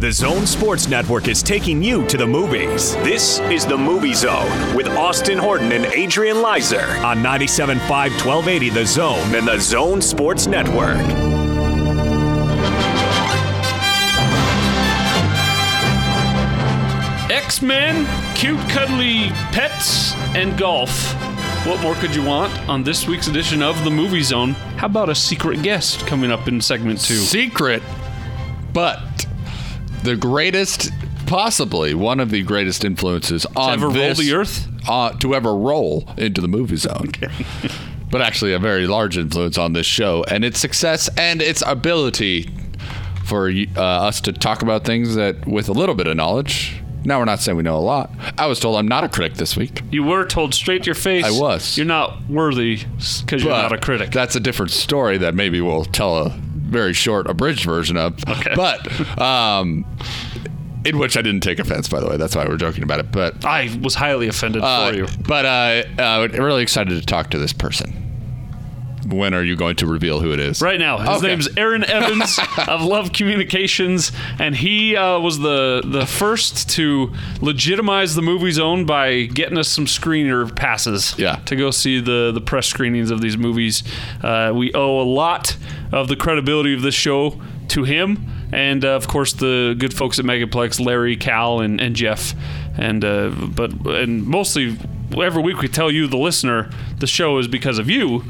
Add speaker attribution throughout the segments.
Speaker 1: The Zone Sports Network is taking you to the movies. This is The Movie Zone with Austin Horton and Adrian Leiser on 97.5 1280 The Zone and The Zone Sports Network.
Speaker 2: X Men, cute, cuddly pets, and golf. What more could you want on this week's edition of The Movie Zone? How about a secret guest coming up in segment two?
Speaker 3: secret, but the greatest, possibly one of the greatest influences on
Speaker 2: ever roll
Speaker 3: this-
Speaker 2: the earth?
Speaker 3: uh, to ever roll into the movie zone. but actually, a very large influence on this show and its success and its ability for uh, us to talk about things that, with a little bit of knowledge. Now we're not saying we know a lot. I was told I'm not a critic this week,
Speaker 2: You were told straight to your face.
Speaker 3: I was.
Speaker 2: You're not worthy because you're
Speaker 3: but
Speaker 2: not a critic.
Speaker 3: That's a different story that maybe we'll tell a very short, abridged version of.
Speaker 2: Okay.
Speaker 3: But um, in which I didn't take offense, by the way. That's why we're joking about it. But
Speaker 2: I was highly offended
Speaker 3: uh,
Speaker 2: for you.
Speaker 3: but uh, uh, really excited to talk to this person. When are you going to reveal who it is?
Speaker 2: Right now, his
Speaker 3: Okay.
Speaker 2: name's Aaron Evans of Love Communications, and he uh, was the the first to legitimize the movie zone by getting us some screener passes.
Speaker 3: Yeah.
Speaker 2: to go see the the press screenings of these movies. Uh, we owe a lot of the credibility of this show to him, and uh, of course the good folks at Megaplex, Larry, Cal, and, and Jeff, and uh, but and mostly every week we tell you the listener the show is because of you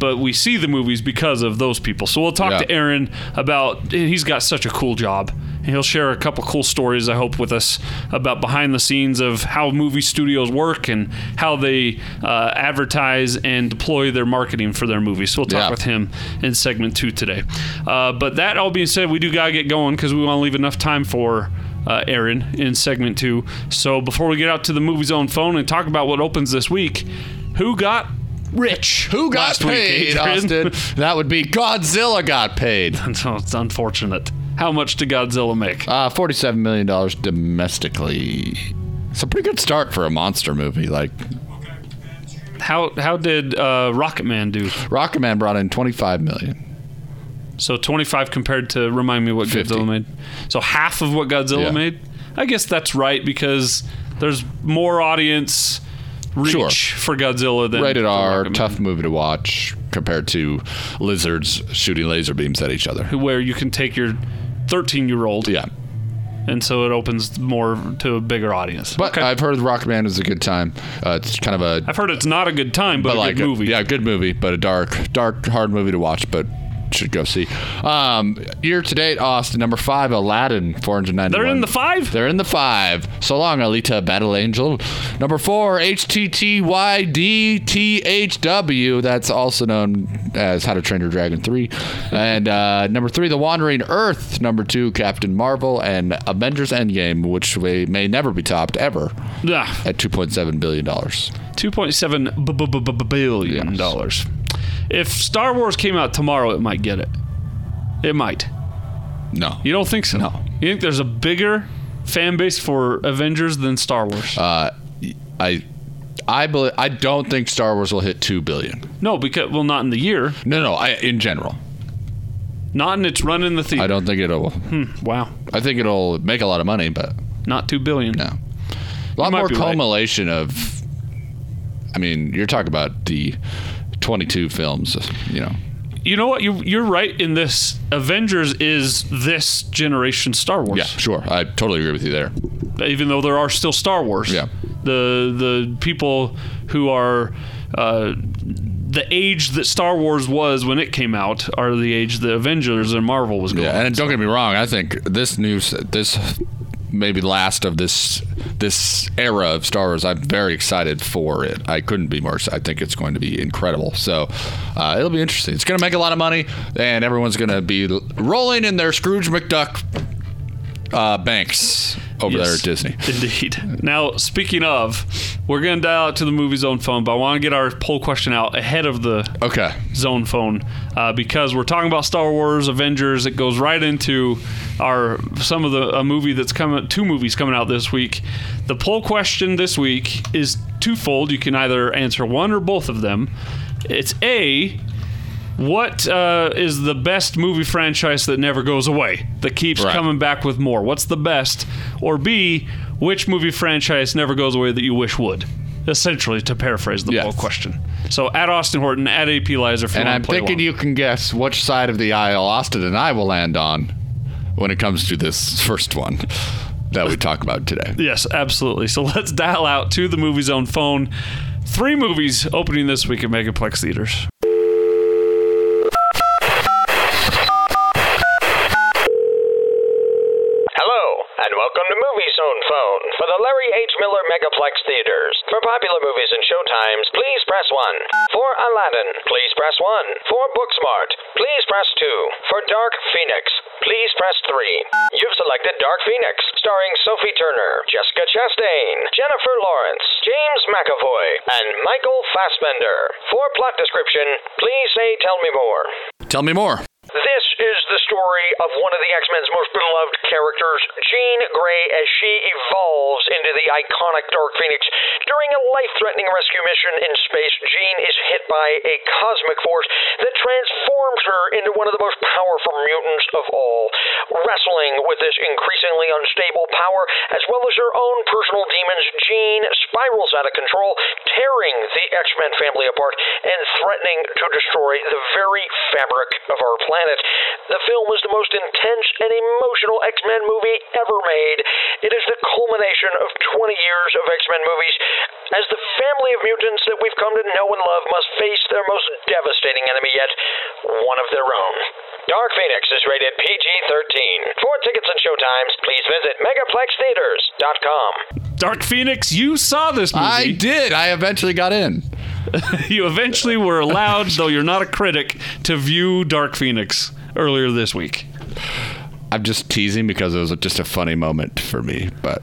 Speaker 2: but we see the movies because of those people. So we'll talk
Speaker 3: Yeah.
Speaker 2: to Aaron about he's got such a cool job. And he'll share a couple cool stories I hope with us about behind the scenes of how movie studios work and how they uh, advertise and deploy their marketing for their movies. So we'll talk
Speaker 3: Yeah.
Speaker 2: with him in segment two today. Uh, but that all being said, we do gotta get going because we want to leave enough time for uh, Aaron in segment two. So before we get out to the movie zone phone and talk about what opens this week, who got rich?
Speaker 3: Who got
Speaker 2: last week,
Speaker 3: paid,
Speaker 2: Adrian.
Speaker 3: Austin? That would be Godzilla got paid.
Speaker 2: so it's unfortunate. How much did Godzilla make?
Speaker 3: Uh, $47 million domestically. It's a pretty good start for a monster movie. Like,
Speaker 2: How how did uh, Rocket Man do?
Speaker 3: Rocketman brought in $25 million.
Speaker 2: So 25 compared to remind me what
Speaker 3: 50.
Speaker 2: Godzilla made. So half of what Godzilla
Speaker 3: Yeah.
Speaker 2: made. I guess that's right because there's more audience reach
Speaker 3: Sure.
Speaker 2: for Godzilla than
Speaker 3: rated
Speaker 2: for
Speaker 3: R,
Speaker 2: Rocket Man,
Speaker 3: tough movie to watch compared to lizards shooting laser beams at each other.
Speaker 2: Where you can take your 13 year old,
Speaker 3: Yeah,
Speaker 2: and so it opens more to a bigger audience.
Speaker 3: but
Speaker 2: Okay.
Speaker 3: I've heard Rockman is a good time. Uh, it's kind of a
Speaker 2: I've heard it's not a good time, but,
Speaker 3: but
Speaker 2: a
Speaker 3: like
Speaker 2: good movie.
Speaker 3: yeah, good movie, but a dark, dark, hard movie to watch, but should go see. Um, year to date, Austin number five, Aladdin, four hundred ninety.
Speaker 2: They're in the five?
Speaker 3: They're in the five. So long, Alita, Battle Angel. Number four, HTTYDTHW. That's also known as How to Train Your Dragon three. And uh, number three, The Wandering Earth. Number two, Captain Marvel and Avengers Endgame, which we may never be topped ever
Speaker 2: Yeah.
Speaker 3: at two point seven billion dollars.
Speaker 2: 2.7 b- b- b- b- billion
Speaker 3: Yes.
Speaker 2: dollars. If Star Wars came out tomorrow, it might get it. It might.
Speaker 3: No,
Speaker 2: You don't think so?
Speaker 3: No.
Speaker 2: You think there's a bigger fan base for Avengers than Star Wars?
Speaker 3: Uh, I I believe I don't think Star Wars will hit 2 billion.
Speaker 2: no, because well, not in the year,
Speaker 3: No, no, I in general.
Speaker 2: not in its run in the
Speaker 3: I
Speaker 2: theater.
Speaker 3: don't think it'll
Speaker 2: Wow,
Speaker 3: I think it'll make a lot of money, but
Speaker 2: not two billion.
Speaker 3: no. A lot
Speaker 2: might
Speaker 3: more
Speaker 2: be right.
Speaker 3: culmination of I mean, you're talking about the 22 films, you know.
Speaker 2: You know what? You you're right in this. Avengers is this generation Star Wars.
Speaker 3: Yeah, sure. I totally agree with you there.
Speaker 2: even though there are still Star Wars.
Speaker 3: Yeah.
Speaker 2: The the people who are uh, the age that Star Wars was when it came out are the age the Avengers and Marvel was going.
Speaker 3: Yeah, and don't get me wrong. I think this new, this maybe last of this this era of Star Wars. I'm very excited for it. I couldn't be more. exci- I think it's going to be incredible. So uh, it'll be interesting. It's going to make a lot of money, and everyone's going to be l- rolling in their Scrooge McDuck uh, banks over there
Speaker 2: Yes.
Speaker 3: at Disney.
Speaker 2: Indeed. Now, speaking of, we're going to dial out to the movie zone phone, but I want to get our poll question out ahead of the
Speaker 3: Okay.
Speaker 2: zone phone uh, because we're talking about Star Wars, Avengers. It goes right into our some of the a movie that's coming, two movies coming out this week. The poll question this week is twofold. You can either answer one or both of them. It's a What uh, is the best movie franchise that never goes away, that keeps
Speaker 3: Right.
Speaker 2: coming back with more? What's the best? Or B, which movie franchise never goes away that you wish would? Essentially, to paraphrase the
Speaker 3: Yes.
Speaker 2: poll question. So, at Austin Horton, at AP Lizer, if you
Speaker 3: And
Speaker 2: wanna
Speaker 3: I'm
Speaker 2: play
Speaker 3: thinking
Speaker 2: along.
Speaker 3: you can guess which side of the aisle Austin and I will land on when it comes to this first one that we talk about today.
Speaker 2: Yes, absolutely. So let's dial out to the Movie Zone phone. Three movies opening this week at Megaplex Theaters.
Speaker 4: Hello, and welcome to Movie Zone Phone for the Larry H. Miller Megaplex Theaters. For popular movies and showtimes, please press 1. For Aladdin, please press 1. For Booksmart, please press 2. For Dark Phoenix, please press 3. You've selected Dark Phoenix, starring Sophie Turner, Jessica Chastain, Jennifer Lawrence, James McAvoy, and Michael Fassbender. For plot description, please say Tell Me More.
Speaker 3: Tell me more.
Speaker 4: This is the story of one of the X Men's most beloved characters, Jean Grey, as she evolves into the iconic Dark Phoenix. During a life threatening rescue mission in space, Jean is hit by a cosmic force that transforms her into one of the most powerful mutants of all. Wrestling with this increasingly unstable power, as well as her own personal demons, Jean spirals out of control, tearing the X Men family apart and threatening to destroy the very fabric of our planet. The film is the most intense and emotional X Men movie ever made. It is the culmination of 20 years of X Men movies as the family of mutants that we've come to know and love must face their most devastating enemy yet, one of their own. Dark Phoenix is rated PG 13. For tickets and showtimes, please visit megaplextheaters.com.
Speaker 2: Dark Phoenix, you saw this movie.
Speaker 3: I did. I eventually got in.
Speaker 2: You eventually were allowed, though you're not a critic, to view Dark Phoenix earlier this week.
Speaker 3: I'm just teasing because it was just a funny moment for me, but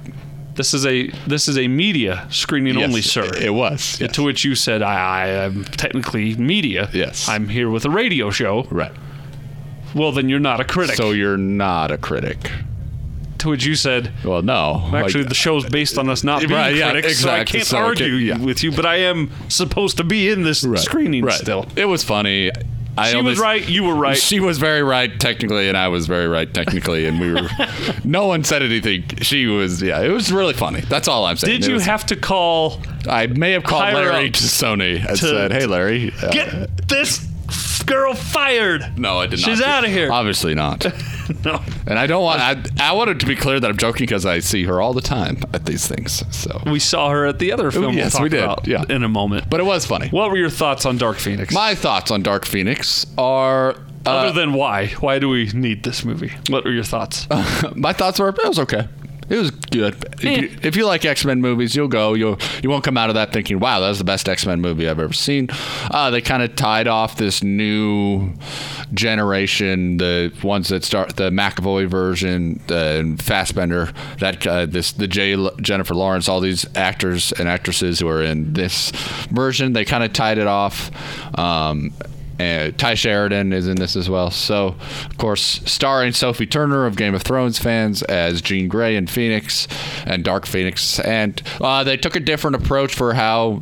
Speaker 2: This is a this is a media screening only,
Speaker 3: Yes,
Speaker 2: sir.
Speaker 3: It, it was. yes.
Speaker 2: to which you said, I, I am technically media.
Speaker 3: Yes.
Speaker 2: I'm here with a radio show.
Speaker 3: right.
Speaker 2: Well, then you're not a critic.
Speaker 3: So you're not a critic.
Speaker 2: to which you said,
Speaker 3: Well, no.
Speaker 2: Actually,
Speaker 3: Like,
Speaker 2: the show's based on us not being
Speaker 3: Right, yeah,
Speaker 2: critics,
Speaker 3: exactly,
Speaker 2: so
Speaker 3: so
Speaker 2: I
Speaker 3: I
Speaker 2: can't argue
Speaker 3: can't- yeah.
Speaker 2: with you. But I am supposed to be in this
Speaker 3: right,
Speaker 2: screening
Speaker 3: right.
Speaker 2: still.
Speaker 3: It was funny. I
Speaker 2: She was
Speaker 3: almost-
Speaker 2: right. You were right.
Speaker 3: She was very right technically, and I was very right technically, and we were. no one said anything. She was. Yeah, it was really funny. That's all I'm saying.
Speaker 2: Did
Speaker 3: It
Speaker 2: you
Speaker 3: was-
Speaker 2: have to call?
Speaker 3: I may have called
Speaker 2: higher
Speaker 3: Larry
Speaker 2: ups
Speaker 3: to Sony and
Speaker 2: to-
Speaker 3: said, "Hey, Larry." uh,
Speaker 2: Get this girl fired.
Speaker 3: no, I did not. Uh,
Speaker 2: She's outta here.
Speaker 3: Obviously not.
Speaker 2: No.
Speaker 3: And I don't want. I, I wanted to be clear that I'm joking because I see her all the time at these things. So,
Speaker 2: We saw her at the other film.
Speaker 3: Oh, yes,
Speaker 2: we'll talk
Speaker 3: we did,
Speaker 2: About
Speaker 3: yeah.
Speaker 2: in a moment.
Speaker 3: but it was funny.
Speaker 2: what were your thoughts on Dark Phoenix?
Speaker 3: My thoughts on Dark Phoenix are. Uh,
Speaker 2: other than why? Why do we need this movie? What were your thoughts?
Speaker 3: my thoughts were it was okay. It was good. If, you, if you like X Men movies, you'll go. You'll you won't come out of that thinking, "Wow, that was the best X Men movie I've ever seen." Uh, they kind of tied off this new generation, the ones that start the McAvoy version, the and Fassbender, that uh, this the J Jennifer Lawrence, all these actors and actresses who are in this version. They kind of tied it off. Um, and Ty Sheridan is in this as well. So, of course, starring Sophie Turner of Game of Thrones fans as Jean Grey and Phoenix and Dark Phoenix. And uh, they took a different approach for how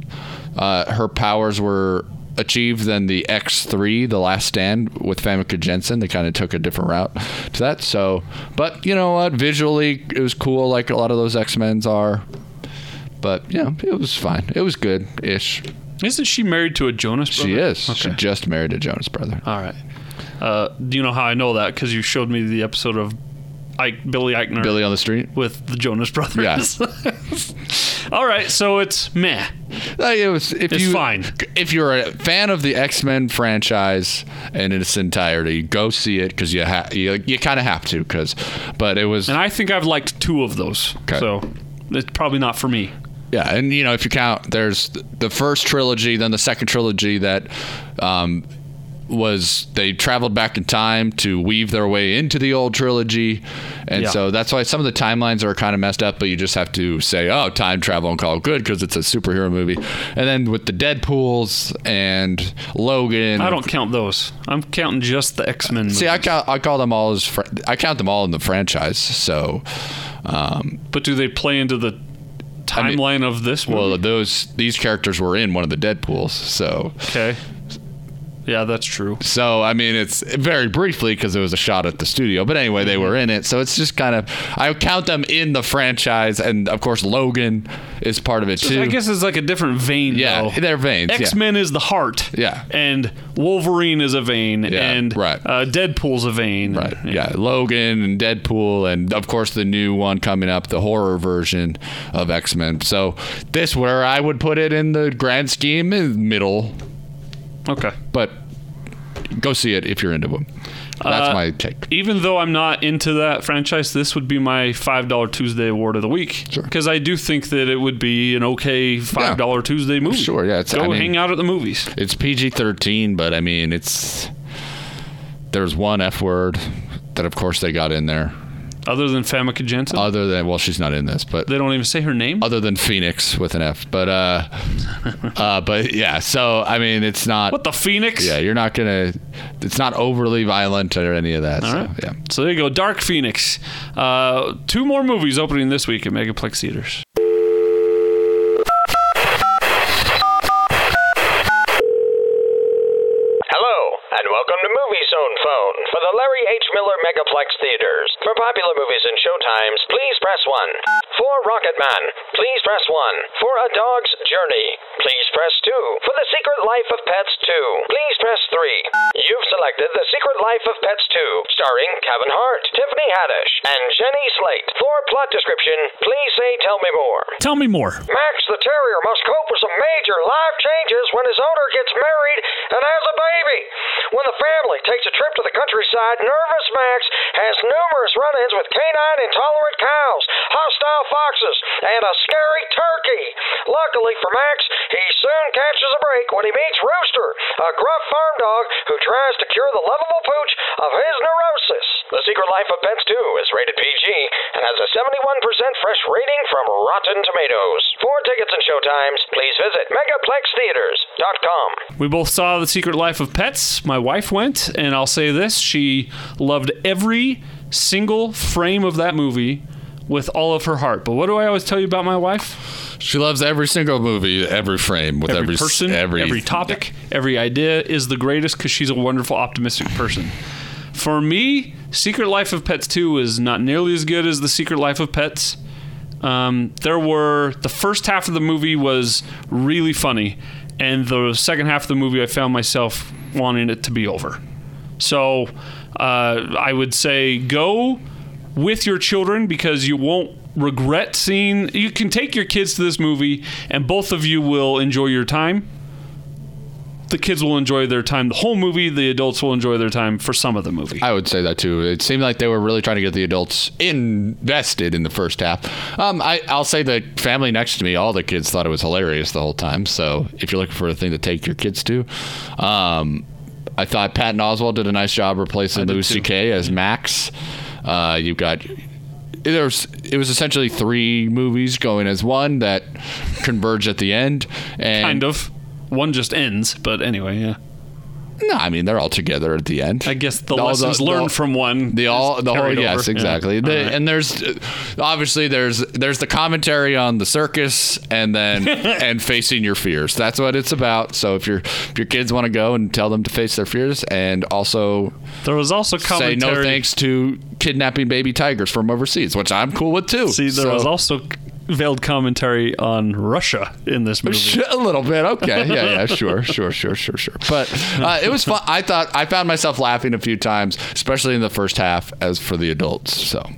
Speaker 3: uh, her powers were achieved than the X3, The Last Stand with Famke Jensen. They kind of took a different route to that. So, but you know what? Visually, it was cool, like a lot of those X Men's are. But yeah, it was fine. It was good ish.
Speaker 2: Isn't she married to a Jonas?
Speaker 3: She
Speaker 2: brother?
Speaker 3: is. She
Speaker 2: Okay.
Speaker 3: just married a Jonas brother.
Speaker 2: All right. Uh, do you know how I know that? Because you showed me the episode of Ike, Billy Eichner
Speaker 3: Billy on the street.
Speaker 2: with the Jonas Brothers. All right, so it's meh.
Speaker 3: Like, Uh, it was, if
Speaker 2: It's
Speaker 3: you,
Speaker 2: fine.
Speaker 3: If you're a fan of the X Men franchise and in its entirety, go see it because you ha- you, you kind of have to. Because, but it was
Speaker 2: And I think I've liked two of those.
Speaker 3: Okay.
Speaker 2: So it's probably not for me.
Speaker 3: yeah, and you know if you count, there's th- the first trilogy, then the second trilogy that um, was they traveled back in time to weave their way into the old trilogy, and
Speaker 2: Yeah.
Speaker 3: so that's why some of the timelines are kind of messed up. But you just have to say, oh, time travel and call it good because it's a superhero movie. And then with the Deadpool's and Logan,
Speaker 2: I don't count those. I'm counting just the X Men.
Speaker 3: See, I count, I call them all as fr- I count them all in the franchise. So, um,
Speaker 2: But do they play into the
Speaker 3: mean-
Speaker 2: timeline of this one?
Speaker 3: well, those these characters were in one of the Deadpool's. So,
Speaker 2: okay. Yeah, that's true.
Speaker 3: So I mean, it's very briefly because it was a shot at the studio. But anyway, they were in it, so it's just kind of I count them in the franchise, and of course Logan is part of it too.
Speaker 2: I guess it's like a different vein.
Speaker 3: Yeah,
Speaker 2: though.
Speaker 3: they're veins, yeah.
Speaker 2: X Men is the heart.
Speaker 3: Yeah.
Speaker 2: and Wolverine is a vein.
Speaker 3: Yeah,
Speaker 2: and
Speaker 3: right.
Speaker 2: uh, Deadpool's a vein.
Speaker 3: Right. Yeah. Logan and Deadpool, and of course the new one coming up, the horror version of X Men. So this, where I would put it in the grand scheme, is middle,
Speaker 2: Okay.
Speaker 3: but go see it if you're into them. That's
Speaker 2: Uh,
Speaker 3: my take.
Speaker 2: Even though I'm not into that franchise, this would be my five dollar Tuesday award of the week.
Speaker 3: Sure.
Speaker 2: Because I do think that it would be an okay five dollar Tuesday movie.
Speaker 3: Sure, yeah, it's-
Speaker 2: Go
Speaker 3: I mean-
Speaker 2: hang out at the movies.
Speaker 3: It's PG 13, but I mean, it's there's one F word that, of course, they got in there.
Speaker 2: Other than Famke Jensen,
Speaker 3: Other than well, she's not in this, but
Speaker 2: they don't even say her name.
Speaker 3: other than Phoenix with an F, but uh, uh, but yeah. So I mean, it's not.
Speaker 2: what the Phoenix?
Speaker 3: Yeah, you're not gonna. It's not overly violent or any of that. so,
Speaker 2: right.
Speaker 3: Yeah.
Speaker 2: So there you go, Dark Phoenix. Uh, two more movies opening this week at Megaplex Theaters.
Speaker 4: Hello, and welcome to Movie Zone Phone for the Larry H. Miller Megaplex Theaters. For popular movies and showtimes, please press 1. For Rocket Man, please press 1. For A Dog's Journey, please press 2. For The Secret Life of Pets 2, please press 3. You've selected The Secret Life of Pets 2, starring Kevin Hart, Tiffany Haddish, and Jenny Slate. For plot description, please say Tell Me More.
Speaker 2: Tell me more.
Speaker 4: Max the Terrier must cope with some major life changes when his owner gets married and has a baby. When the family takes a trip to the countryside, nervous Max has numerous run ins with canine intolerant cows, hostile foxes, and a scary turkey. Luckily for Max, he soon catches a break when he meets Rooster, a gruff farm dog who tries to cure the lovable pooch of his neurosis. The Secret Life of Pets 2 is rated PG and has a 71% fresh rating from Rotten Tomatoes. For tickets and showtimes, please visit megaplextheaters.com.
Speaker 2: We both saw The Secret Life of Pets. My wife went, and I'll say this she loved every single frame of that movie with all of her heart. But what do I always tell you about my wife?
Speaker 3: She loves every single movie, every frame, with every,
Speaker 2: Every,
Speaker 3: s-
Speaker 2: person, every,
Speaker 3: every,
Speaker 2: topic, every idea is the greatest because she's a wonderful, optimistic person. For me, Secret Life of Pets 2 is not nearly as good as The Secret Life of Pets. Um, there were the first half of the movie was really funny, and the second half of the movie, I found myself wanting it to be over. So uh, I would say go with your children because you won't regret seeing. You can take your kids to this movie, and both of you will enjoy your time. The kids will enjoy their time the whole movie. The adults will enjoy their time for some of the movie.
Speaker 3: I would say that too. It seemed like they were really trying to get the adults invested in the first half. Um, I, I'll say the family next to me, all the kids thought it was hilarious the whole time. So if you're looking for a thing to take your kids to, um, I thought Patton Oswald did a nice job replacing Louis C.K. as Max. Uh, you've got there's it was essentially three movies going as one that converge at the end and
Speaker 2: kind of. One just ends, but anyway, yeah.
Speaker 3: no i mean they're all together at the end
Speaker 2: I guess the
Speaker 3: All
Speaker 2: lessons learned
Speaker 3: all-
Speaker 2: from one.
Speaker 3: the
Speaker 2: is
Speaker 3: all the whole
Speaker 2: carried
Speaker 3: yes
Speaker 2: over. Yeah.
Speaker 3: exactly
Speaker 2: All
Speaker 3: The-
Speaker 2: right.
Speaker 3: and there's uh, obviously there's there's the commentary on the circus and then and facing your fears that's what it's about so if your if your kids want to go and tell them to face their fears and also
Speaker 2: There was also commentary.
Speaker 3: say no thanks to kidnapping baby tigers from overseas which i'm cool with too
Speaker 2: See, there
Speaker 3: So-
Speaker 2: was also veiled commentary on Russia in
Speaker 3: Oh,
Speaker 2: this movie.
Speaker 3: a little bit okay yeah yeah sure sure sure sure sure but uh, it was fun i thought i found myself laughing a few times especially in the first half as for the adults so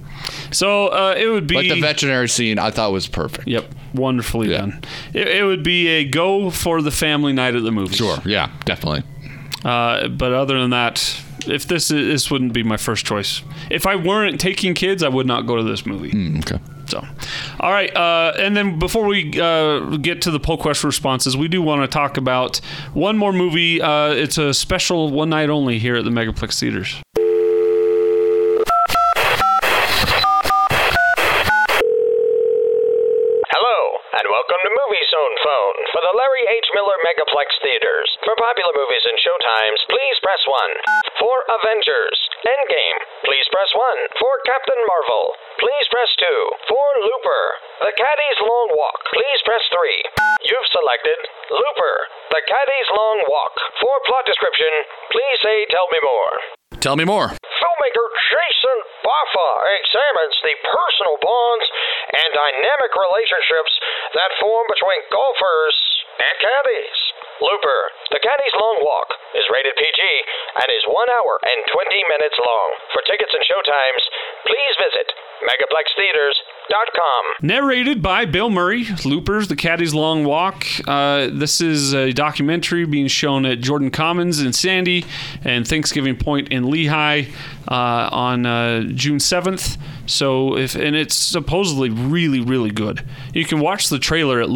Speaker 2: So uh, it would be.
Speaker 3: but the veterinary scene i thought was perfect
Speaker 2: Yep, wonderfully
Speaker 3: Yeah.
Speaker 2: done. It, it would be a go for the family night at the movies.
Speaker 3: Sure. Yeah, definitely.
Speaker 2: Uh, but other than that, if this is, this wouldn't be my first choice. If I weren't taking kids, I would not go to this movie.
Speaker 3: Okay.
Speaker 2: So, all right. Uh, and then before we uh, get to the poll question responses, we do want to talk about one more movie. Uh, it's a special one night only here at the Megaplex Theaters.
Speaker 4: Hello, and welcome to Movie Zone Phone for the Larry H. Miller Megaplex Theaters. For popular movies and showtimes, please press 1. For Avengers Endgame, please press 1. For Captain Marvel, please press 2. For Looper, The Caddy's Long Walk, please press 3. You've selected Looper, The Caddy's Long Walk. For plot description, please say Tell Me More.
Speaker 3: Tell me more.
Speaker 4: Filmmaker Jason Boffa examines the personal bonds and dynamic relationships that form between golfers and caddies. Looper, The Caddy's Long Walk, is rated PG and is 1 hour and 20 minutes long. For tickets and showtimes, please visit megaplextheaters.com.
Speaker 2: Narrated by Bill Murray, Loopers, The Caddy's Long Walk. Uh, this is a documentary being shown at Jordan Commons in Sandy and Thanksgiving Point in Lehigh uh, on uh, June 7th. So, if and it's supposedly really, really good. You can watch the trailer at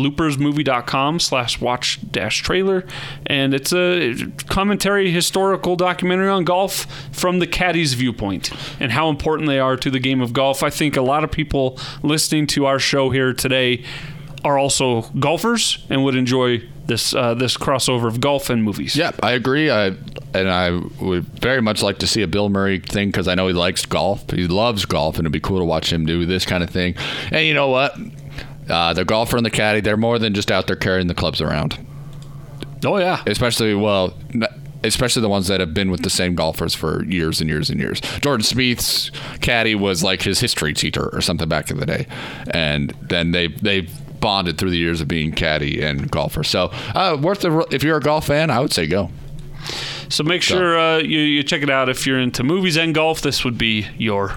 Speaker 2: loopersmovie.com slash watch dash trailer. And it's a commentary historical documentary on golf from the caddy's viewpoint and how important they are to the game of golf. I think a lot of people listening to our show here today are also golfers and would enjoy this uh, this crossover of golf and movies.
Speaker 3: Yeah, I agree. I and I would very much like to see a Bill Murray thing because I know he likes golf. He loves golf, and it'd be cool to watch him do this kind of thing. And you know what? Uh, the golfer and the caddy, they're more than just out there carrying the clubs around.
Speaker 2: Oh yeah.
Speaker 3: Especially well, n- especially the ones that have been with the same golfers for years and years and years. Jordan Spieth's caddy was like his history teacher or something back in the day, and then they they bonded through the years of being caddy and golfer. So uh, worth the if you're a golf fan, I would say go.
Speaker 2: So make sure uh, you, you check it out if you're into movies and golf. This would be your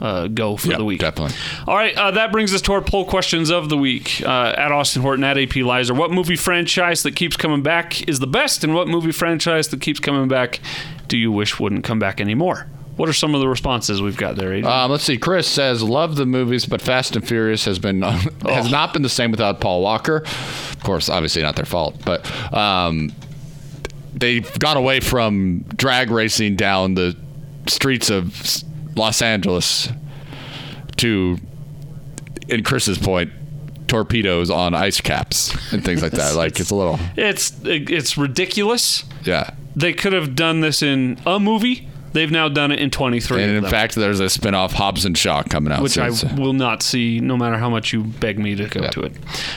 Speaker 2: uh, go for
Speaker 3: Yeah,
Speaker 2: the week.
Speaker 3: definitely.
Speaker 2: All right, uh, that brings us to our poll questions of the week. Uh, at Austin Horton, at AP Lizer, what movie franchise that keeps coming back is the best, and what movie franchise that keeps coming back do you wish wouldn't come back anymore? What are some of the responses we've got there? Aiden?
Speaker 3: Um, let's see. Chris says, "Love the movies, but Fast and Furious has been has not been the same without Paul Walker." Of course, obviously not their fault, but um, they've gone away from drag racing down the streets of S- Los Angeles to, in Chris's point, torpedoes on ice caps and things like that. Like it's a little,
Speaker 2: it's it's ridiculous.
Speaker 3: yeah.
Speaker 2: They could have done this in a movie. They've now done it in 23.
Speaker 3: And
Speaker 2: of
Speaker 3: in
Speaker 2: them.
Speaker 3: fact, there's a spinoff Hobbs and Shaw coming out,
Speaker 2: which
Speaker 3: soon,
Speaker 2: I
Speaker 3: so- uh,
Speaker 2: will not see, no matter how much you beg me to go
Speaker 3: Yeah.
Speaker 2: to it.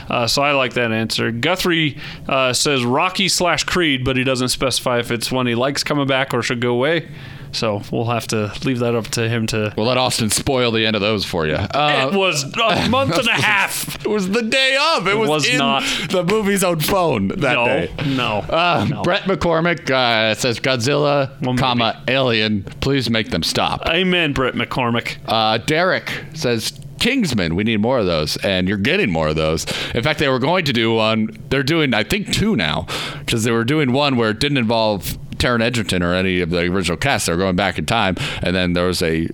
Speaker 2: Uh, so I like that answer. Guthrie uh, says Rocky slash Creed, but he doesn't specify if it's one he likes coming back or should go away. So we'll have to leave that up to him to.
Speaker 3: We'll let Austin spoil the end of those for you. Uh,
Speaker 2: it was a month and a half.
Speaker 3: It was the day of. It, was,
Speaker 2: was
Speaker 3: in
Speaker 2: not.
Speaker 3: the movie's own phone that
Speaker 2: No,
Speaker 3: day.
Speaker 2: no,
Speaker 3: Uh,
Speaker 2: no.
Speaker 3: Brett McCormick uh, says Godzilla,
Speaker 2: Well, maybe.
Speaker 3: comma Alien. Please make them stop.
Speaker 2: Amen, Brett McCormick.
Speaker 3: Uh, Derek says Kingsman. We need more of those, and you're getting more of those. In fact, they were going to do one. They're doing, I think, two now because they were doing one where it didn't involve Taron Edgerton or any of the original cast. They were going back in time, and then there was a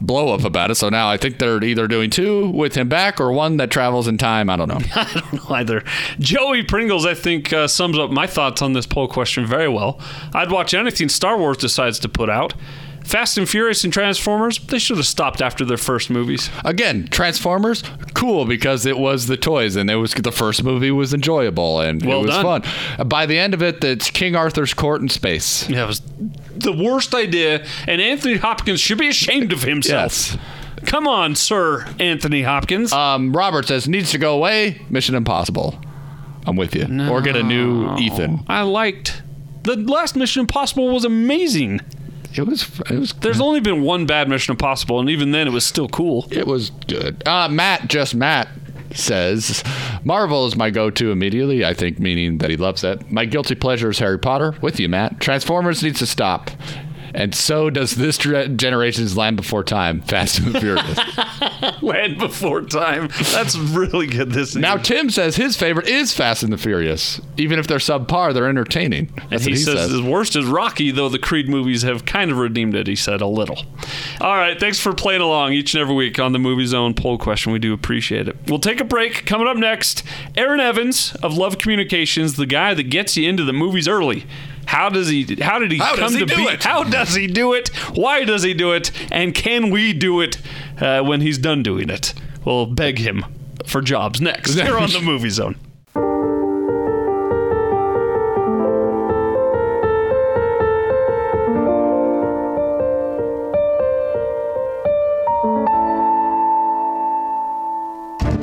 Speaker 3: blow up about it. So now I think they're either doing two with him back or one that travels in time. I don't know.
Speaker 2: I don't know either. Joey Pringles, I think, uh, sums up my thoughts on this poll question very well. I'd watch anything Star Wars decides to put out. Fast and Furious and Transformers, they should have stopped after their first movies.
Speaker 3: again, Transformers, cool because it was the toys and it was the first movie was enjoyable and
Speaker 2: Well
Speaker 3: it was
Speaker 2: done.
Speaker 3: fun. By the end of it, it's King Arthur's court in space.
Speaker 2: Yeah, it was the worst idea, and Anthony Hopkins should be ashamed of himself.
Speaker 3: Yes.
Speaker 2: Come on, sir, Anthony Hopkins.
Speaker 3: Um, Robert says needs to go away. Mission Impossible. I'm with you. Or get a new Ethan.
Speaker 2: I liked the last Mission Impossible was amazing.
Speaker 3: It was it was
Speaker 2: There's only been one bad Mission Impossible, and even then, it was still cool.
Speaker 3: it was good. Uh, Matt, just Matt says Marvel is my go-to immediately. I think meaning that he loves that. My guilty pleasure is Harry Potter. With you, Matt. Transformers needs to stop. And so does this dre- generation's Land Before Time, Fast and Furious.
Speaker 2: Land Before Time. That's really good. This
Speaker 3: now
Speaker 2: year.
Speaker 3: Tim says his favorite is Fast and the Furious. Even if they're subpar, they're entertaining.
Speaker 2: And
Speaker 3: That's
Speaker 2: he,
Speaker 3: what
Speaker 2: says, his worst is Rocky, though the Creed movies have kind of redeemed it, he said, a little. All right, thanks for playing along each and every week on the Movie Zone poll question. We do appreciate it. We'll take a break. Coming up next, Aaron Evans of Love Communications, the guy that gets you into the movies early. How does he how did he
Speaker 3: How
Speaker 2: come
Speaker 3: does he
Speaker 2: to
Speaker 3: do
Speaker 2: be
Speaker 3: it?
Speaker 2: how does he do it? Why does he do it? And can we do it uh, when he's done doing it? We'll beg him for jobs next. Here on the Movie Zone.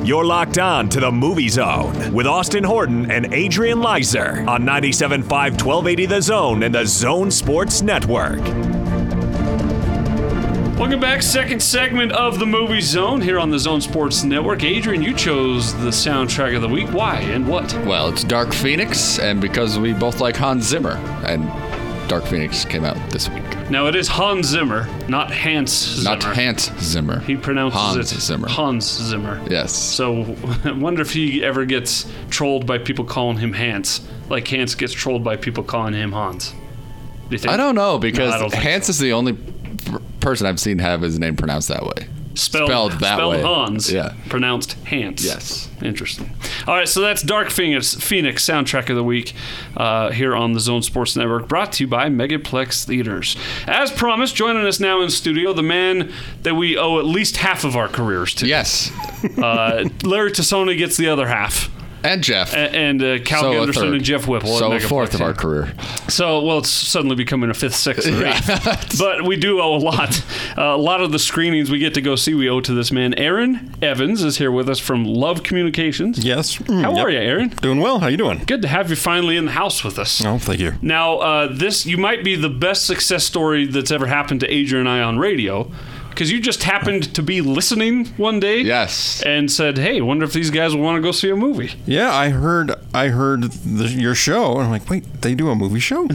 Speaker 1: You're locked on to the Movie Zone with Austin Horton and Adrian Leiser on 97.5 1280 The Zone and the Zone Sports Network.
Speaker 2: Welcome back. Second segment of the Movie Zone here on the Zone Sports Network. Adrian, you chose the soundtrack of the week. Why and what?
Speaker 3: Well, it's Dark Phoenix, and because we both like Hans Zimmer, and Dark Phoenix came out this week.
Speaker 2: Now it is Hans Zimmer, not Hans Zimmer.
Speaker 3: Not Hans Zimmer.
Speaker 2: He pronounces
Speaker 3: Hans
Speaker 2: it
Speaker 3: Zimmer.
Speaker 2: Hans Zimmer.
Speaker 3: Yes.
Speaker 2: So I wonder if he ever gets trolled by people calling him Hans, like Hans gets trolled by people calling him Hans. Do you think?
Speaker 3: I don't know because
Speaker 2: I don't think
Speaker 3: Hans is the only p- person I've seen have his name pronounced that way.
Speaker 2: spelled,
Speaker 3: Spelled that
Speaker 2: spelled
Speaker 3: way.
Speaker 2: Hans,
Speaker 3: Yeah.
Speaker 2: pronounced Hans.
Speaker 3: Yes.
Speaker 2: Interesting. All right, so that's Dark Phoenix, Phoenix soundtrack of the week uh, here on the Zone Sports Network, brought to you by Megaplex Theaters. As promised, joining us now in studio, the man that we owe at least half of our careers to.
Speaker 3: Yes,
Speaker 2: Uh, Larry Tassoni gets the other half.
Speaker 3: and Jeff.
Speaker 2: A- And uh, Cal
Speaker 3: a
Speaker 2: Gunderson
Speaker 3: third.
Speaker 2: and Jeff Whipple. at
Speaker 3: So a
Speaker 2: Megaplex,
Speaker 3: fourth of
Speaker 2: yeah.
Speaker 3: our career.
Speaker 2: So, well, it's suddenly becoming a fifth, sixth, or eighth. but we do owe a lot. Uh, a lot of the screenings we get to go see, we owe to this man. Aaron Evans is here with us from Love Communications.
Speaker 5: Yes. Mm,
Speaker 2: How
Speaker 5: yep.
Speaker 2: are you, Aaron?
Speaker 5: Doing well. How you doing?
Speaker 2: Good to have you finally in the house with us.
Speaker 5: Oh, thank you.
Speaker 2: Now, uh, this you might be the best success story that's ever happened to Adrian and I on radio, because you just happened to be listening one day.
Speaker 3: Yes.
Speaker 2: And said, "Hey, wonder if these guys will want to go see a movie."
Speaker 5: Yeah, I heard I heard the, your show, and I'm like, wait, they do a movie show?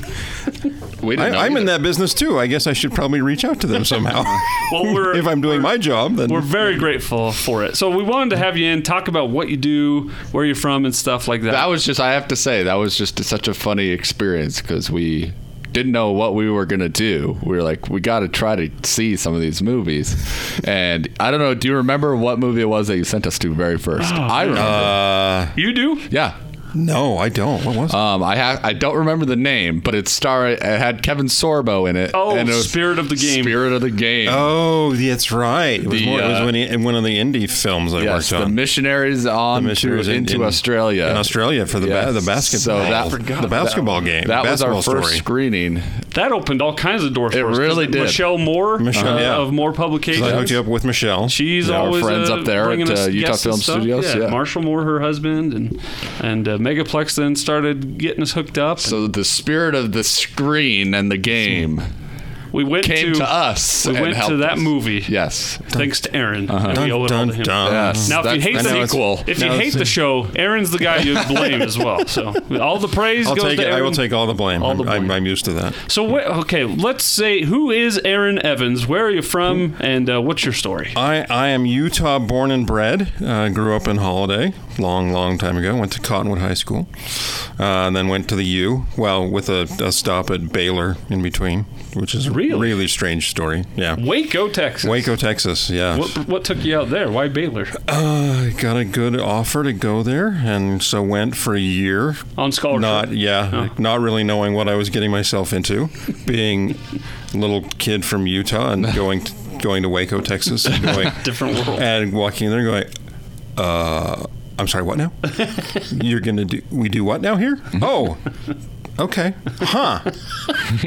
Speaker 3: We didn't
Speaker 5: I,
Speaker 3: know
Speaker 5: I'm in
Speaker 3: either.
Speaker 5: that business too. I guess I should probably reach out to them somehow.
Speaker 2: Well, we're-
Speaker 5: if I'm doing my job, then
Speaker 2: We're very grateful for it. So we wanted to have you in, talk about what you do, where you're from, and stuff like that.
Speaker 3: That was just, I have to say, that was just such a funny experience because we didn't know what we were going to do. We were like, we got to try to see some of these movies. And I don't know, do you remember what movie it was that you sent us to very first?
Speaker 2: Oh,
Speaker 3: I remember.
Speaker 2: you do?
Speaker 3: yeah.
Speaker 5: uh, no, I don't. What was? it?
Speaker 3: Um, I ha- I don't remember the name, but it star it had Kevin Sorbo in it.
Speaker 2: Oh,
Speaker 3: and it was
Speaker 2: Spirit of the Game.
Speaker 3: Spirit of the Game.
Speaker 5: oh, that's right. It was,
Speaker 3: the,
Speaker 5: more, it was
Speaker 3: uh,
Speaker 5: when he, in one of the indie films I
Speaker 3: Yes,
Speaker 5: worked
Speaker 3: the
Speaker 5: on.
Speaker 3: missionaries on
Speaker 5: The mission was in-
Speaker 3: into
Speaker 5: in-
Speaker 3: Australia.
Speaker 5: in Australia for the
Speaker 3: Yes.
Speaker 5: ba- the
Speaker 3: So
Speaker 5: basketball.
Speaker 3: that,
Speaker 5: the basketball
Speaker 3: that-
Speaker 5: game.
Speaker 3: That was
Speaker 5: basketball
Speaker 3: our first
Speaker 5: story.
Speaker 3: screening.
Speaker 2: That opened all kinds of doors
Speaker 3: It
Speaker 2: for us. 'cause
Speaker 3: really did.
Speaker 2: Michelle Moore
Speaker 5: Michelle,
Speaker 2: uh,
Speaker 5: yeah.
Speaker 2: of Moore
Speaker 5: 'Cause I hooked
Speaker 2: Publications.
Speaker 5: you up with Michelle.
Speaker 2: She's
Speaker 3: Yeah, our
Speaker 2: always
Speaker 3: friends
Speaker 2: uh,
Speaker 3: up there
Speaker 2: bringing
Speaker 3: at,
Speaker 2: us
Speaker 3: uh, Utah
Speaker 2: guests and
Speaker 3: Film
Speaker 2: stuff.
Speaker 3: Studios, yeah.
Speaker 2: Marshall Moore, her husband, and and uh, Megaplex then started getting us hooked up.
Speaker 3: So the spirit of the screen and the game
Speaker 2: we went
Speaker 3: came
Speaker 2: to,
Speaker 3: to us.
Speaker 2: We
Speaker 3: and
Speaker 2: went
Speaker 3: helped
Speaker 2: to that
Speaker 3: us.
Speaker 2: movie.
Speaker 3: Yes.
Speaker 2: Thanks to Aaron. And we owe it all
Speaker 5: Uh-huh. dun,
Speaker 2: to him.
Speaker 5: dun.
Speaker 3: Yes.
Speaker 2: Now, if you
Speaker 3: That's-
Speaker 2: hate
Speaker 3: that's
Speaker 2: the
Speaker 3: now
Speaker 2: sequel,
Speaker 3: it's-
Speaker 2: if you
Speaker 5: now
Speaker 2: hate
Speaker 5: it's-
Speaker 2: the show, Aaron's the guy you blame as well. So all the praise
Speaker 5: I'll
Speaker 2: goes
Speaker 5: take
Speaker 2: to
Speaker 5: it.
Speaker 2: Aaron.
Speaker 5: I will take all the blame.
Speaker 2: All the
Speaker 5: I'm-
Speaker 2: blame.
Speaker 5: I'm, I'm used to that.
Speaker 2: So wh- okay, let's say who is Aaron Evans? Where are you from? And uh, what's your story?
Speaker 5: I, I am Utah born and bred. Uh, grew up in Holiday, long, long time ago. Went to Cottonwood High School, uh, then went to the U. Well, with a, a stop at Baylor in between, which is
Speaker 2: Really?
Speaker 5: a really strange story. Yeah.
Speaker 2: Waco, Texas.
Speaker 5: Waco, Texas. Yeah.
Speaker 2: What, what took you out there? Why Baylor?
Speaker 5: I got a good offer to go there, and so went for a year.
Speaker 2: On scholarship.
Speaker 5: Not yeah, not really knowing what I was getting myself into, being a little kid from Utah and going to, going to Waco, Texas, and going,
Speaker 2: Different world.
Speaker 5: and walking in there going, uh, I'm sorry, what now? You're gonna do we do what now here?
Speaker 2: Mm-hmm.
Speaker 5: Oh. Okay. Huh.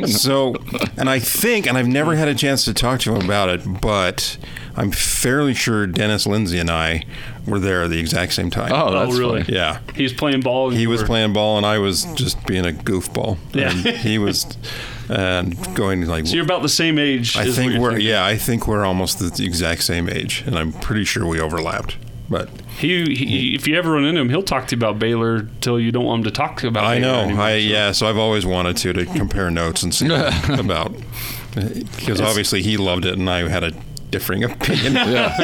Speaker 5: So, and I think, and I've never had a chance to talk to him about it, but I'm fairly sure Dennis Lindsay and I were there at the exact same time.
Speaker 3: Oh, that's
Speaker 2: really?
Speaker 3: funny.
Speaker 5: Yeah.
Speaker 2: He's playing ball. and
Speaker 5: He
Speaker 2: you
Speaker 5: was
Speaker 2: were-
Speaker 5: playing ball, and I was just being a goofball.
Speaker 2: Yeah.
Speaker 5: And he was, and going like.
Speaker 2: So you're about the same age.
Speaker 5: I
Speaker 2: is
Speaker 5: think
Speaker 2: what
Speaker 5: we're
Speaker 2: you're
Speaker 5: yeah. I think we're almost the exact same age, and I'm pretty sure we overlapped. But
Speaker 2: thinking. He, he, if you ever run into him, he'll talk to you about Baylor till you don't want him to talk to you about.
Speaker 5: I
Speaker 2: Baylor
Speaker 5: know.
Speaker 2: anymore.
Speaker 5: I yeah. So I've always wanted to to compare notes and see about because obviously he loved it, and I had a differing opinion. yeah.